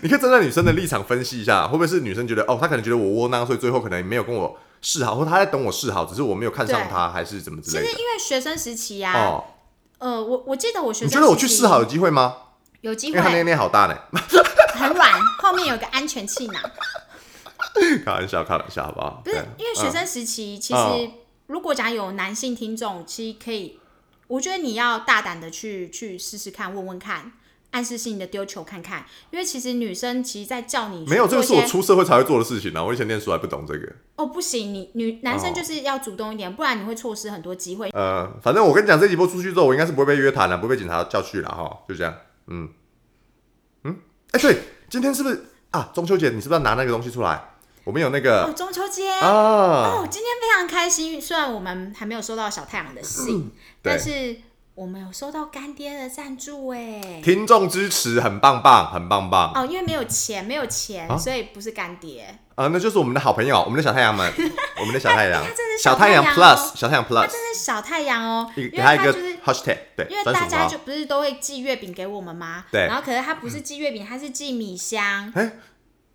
Speaker 1: 你可以站在女生的立场分析一下，会不会是女生觉得哦，她可能觉得我窝囊，所以最后可能没有跟我示好，或她在等我示好，只是我没有看上她，还是怎么之
Speaker 2: 其
Speaker 1: 类
Speaker 2: 实
Speaker 1: 的。
Speaker 2: 因为学生时期啊，
Speaker 1: 哦，
Speaker 2: 呃，我我记得我学
Speaker 1: 你
Speaker 2: 生
Speaker 1: 觉得我去示好有机会吗？
Speaker 2: 有机
Speaker 1: 因为她那
Speaker 2: 会
Speaker 1: 天好大呢，
Speaker 2: 很软，后面有个安全气囊。
Speaker 1: 开玩笑，开玩笑，好不好？
Speaker 2: 不是
Speaker 1: 对嗯
Speaker 2: 因为学生时期，其实
Speaker 1: 哦
Speaker 2: 如果讲有男性听众，其实可以，我觉得你要大胆的去去试试看，问问看。暗示性的丢球看看，因为其实女生其实，在叫你
Speaker 1: 嗯没有，这个
Speaker 2: 做一
Speaker 1: 是我
Speaker 2: 些
Speaker 1: 出社会才会做的事情啊！我以前念书还不懂这个。
Speaker 2: 哦，不行，你女男生
Speaker 1: 哦
Speaker 2: 就是要主动一点，不然你会错失很多机会。
Speaker 1: 呃，反正我跟你讲，这一波出去之后，我应该是不会被约谈了，不会被警察叫去了哈，就这样。嗯嗯，哎、对，今天是不是啊？中秋节你是不是要拿那个东西出来？我们有那
Speaker 2: 哦，
Speaker 1: 个
Speaker 2: 中秋节
Speaker 1: 啊，
Speaker 2: 哦，今天非常开心。虽然我们还没有收到小太阳的
Speaker 1: 嗯
Speaker 2: 信，但是我们有收到干爹的赞助哎。
Speaker 1: 听众支持很棒棒，很棒棒。
Speaker 2: 哦，因为没有钱，没有钱，
Speaker 1: 啊
Speaker 2: 所以不是干爹。
Speaker 1: 啊，那就是我们的好朋友，我们的小太 阳们，我们的小太阳
Speaker 2: 哎 他真的，是
Speaker 1: 小太阳
Speaker 2: 小太阳哦
Speaker 1: Plus，小太阳
Speaker 2: 他
Speaker 1: Plus，
Speaker 2: 真的是小太阳哦，
Speaker 1: 呃一
Speaker 2: 因
Speaker 1: 个
Speaker 2: 为
Speaker 1: 给他一
Speaker 2: 他
Speaker 1: 个呃
Speaker 2: 就是。
Speaker 1: hashtag，对，
Speaker 2: 因为
Speaker 1: 专
Speaker 2: 大
Speaker 1: 属符
Speaker 2: 家
Speaker 1: 号
Speaker 2: 就不是都会寄月饼给我们吗？
Speaker 1: 对嗯
Speaker 2: 然后可是他不是寄月饼，他是寄米香。
Speaker 1: 哎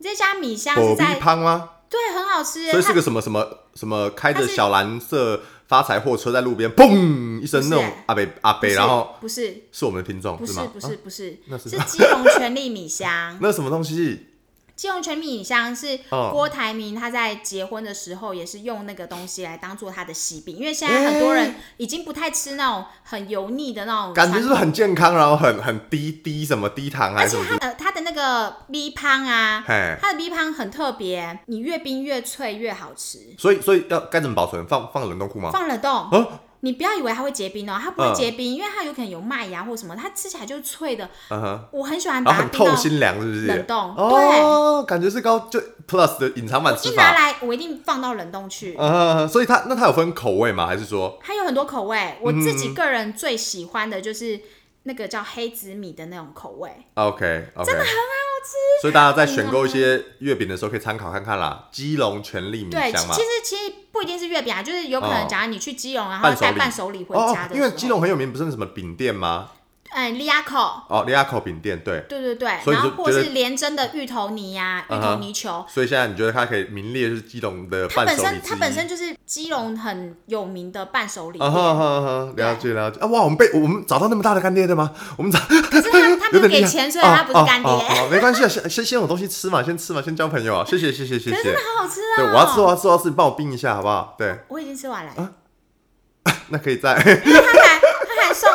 Speaker 2: 这家米香
Speaker 1: 火
Speaker 2: 是
Speaker 1: 逼
Speaker 2: 在
Speaker 1: 胖吗？
Speaker 2: 对，很好吃耶。
Speaker 1: 所以是
Speaker 2: 它
Speaker 1: 个什么什么什么开着
Speaker 2: 它是
Speaker 1: 小蓝色发财货车在路边，砰一声那
Speaker 2: 不
Speaker 1: 种
Speaker 2: 是啊
Speaker 1: 阿北阿
Speaker 2: 不
Speaker 1: 北，
Speaker 2: 是
Speaker 1: 然后
Speaker 2: 不是
Speaker 1: 是我们的听众
Speaker 2: 不是
Speaker 1: 吗？
Speaker 2: 不
Speaker 1: 啊
Speaker 2: 是不是
Speaker 1: 那是
Speaker 2: 是基隆全力 米香。
Speaker 1: 那什么东西？
Speaker 2: 基隆全力米香是
Speaker 1: 哦
Speaker 2: 郭台铭他在结婚的时候也是用那个东西来当做他的喜饼，因为现在很多人已经不太吃那种很油腻的那种
Speaker 1: 哎感觉
Speaker 2: 传
Speaker 1: 是不是很健康，然后很很低低什么低糖还
Speaker 2: 而
Speaker 1: 是什
Speaker 2: 且
Speaker 1: 么
Speaker 2: 它
Speaker 1: 之？
Speaker 2: 的它的那个 B 汤啊，
Speaker 1: 嘿，
Speaker 2: 它的 B 汤很特别，你越冰越脆越好吃。
Speaker 1: 所以所以要该怎么保存？放放冷冻库吗？
Speaker 2: 放冷冻，
Speaker 1: 啊，
Speaker 2: 你不要以为它会结冰哦，它不会
Speaker 1: 嗯
Speaker 2: 结冰，因为它有可能有麦芽或什么，它吃起来就是脆的。
Speaker 1: 嗯哼，
Speaker 2: 我很喜欢
Speaker 1: 然
Speaker 2: 把
Speaker 1: 后
Speaker 2: 它
Speaker 1: 很
Speaker 2: 冰到
Speaker 1: 透心凉，是不是？
Speaker 2: 冷冻
Speaker 1: 哦，感觉是高就 Plus 的隐藏版
Speaker 2: 一
Speaker 1: 吃法。
Speaker 2: 拿来我一定放到冷冻去。
Speaker 1: 呃，所以它那它有分口味吗？还是说
Speaker 2: 它有很多口味，我自
Speaker 1: 嗯
Speaker 2: 己个人最喜欢的就是那个叫黑紫米的那种口味。
Speaker 1: 嗯 OK OK？真的很好吃。所以大家在选购一些月饼的时候，可以参考看看啦。基隆全力米
Speaker 2: 对，其
Speaker 1: 香嘛
Speaker 2: 其，实其实不一定是月饼啊，就是有可
Speaker 1: 哦
Speaker 2: 能假如你去基隆，然后带伴手礼回
Speaker 1: 哦
Speaker 2: 家，的时候，
Speaker 1: 因为基隆很有名，不是那什么饼店吗？
Speaker 2: 哎利亚口，
Speaker 1: 哦，利亚口饼店，对。
Speaker 2: 对对对，
Speaker 1: 所以
Speaker 2: 然
Speaker 1: 你就
Speaker 2: 后或
Speaker 1: 觉得
Speaker 2: 是连针的芋头泥呀、
Speaker 1: 嗯
Speaker 2: 芋
Speaker 1: 哼
Speaker 2: 头泥球，
Speaker 1: 所以现在你觉得它可以名列是基隆的
Speaker 2: 它
Speaker 1: 伴
Speaker 2: 本
Speaker 1: 手礼
Speaker 2: 身
Speaker 1: 之
Speaker 2: 它
Speaker 1: 一
Speaker 2: 本身就是基隆很有名的伴手礼
Speaker 1: 啊
Speaker 2: 店，
Speaker 1: 哈哈哈，了解了解啊！哇，我们被我们找到那么大的干爹的吗？我们找
Speaker 2: 可是啊 他他没
Speaker 1: 有
Speaker 2: 有
Speaker 1: 点厉
Speaker 2: 给
Speaker 1: 害
Speaker 2: 钱，所以他不是干爹。
Speaker 1: 哦哦哦哦没关系啊，先先先有东西吃嘛，先吃嘛，先交朋友啊！谢谢谢谢谢
Speaker 2: 可是真
Speaker 1: 谢
Speaker 2: 的。好好吃啊！
Speaker 1: 对，我要吃，我要啊吃，我要吃，你帮我冰一下好不好？对，
Speaker 2: 我已经吃完了，
Speaker 1: 那可以 再
Speaker 2: 因为他还他还送，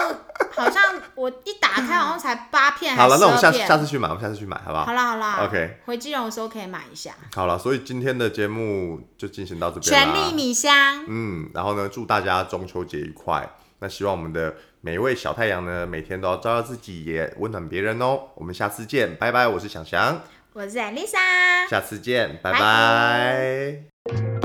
Speaker 2: 好像我一打开好像才八片还
Speaker 1: 好
Speaker 2: 是
Speaker 1: 了，那我们
Speaker 2: 十
Speaker 1: 下
Speaker 2: 二
Speaker 1: 次
Speaker 2: 片。
Speaker 1: 下次去买，我们下次去买好不好
Speaker 2: 好？啦好啦
Speaker 1: OK
Speaker 2: 回基隆的时候可以买一下
Speaker 1: 好了，所以今天的节目就进行到这边
Speaker 2: 全
Speaker 1: 啦
Speaker 2: 力。米香。
Speaker 1: 嗯，然后呢，祝大家中秋节愉快。那希望我们的每一位小太阳呢，每天都要照耀自己，也温暖别人哦。我们下次见，拜拜！我是想想，
Speaker 2: 我是 Lisa，
Speaker 1: 下次见，拜
Speaker 2: 拜
Speaker 1: 拜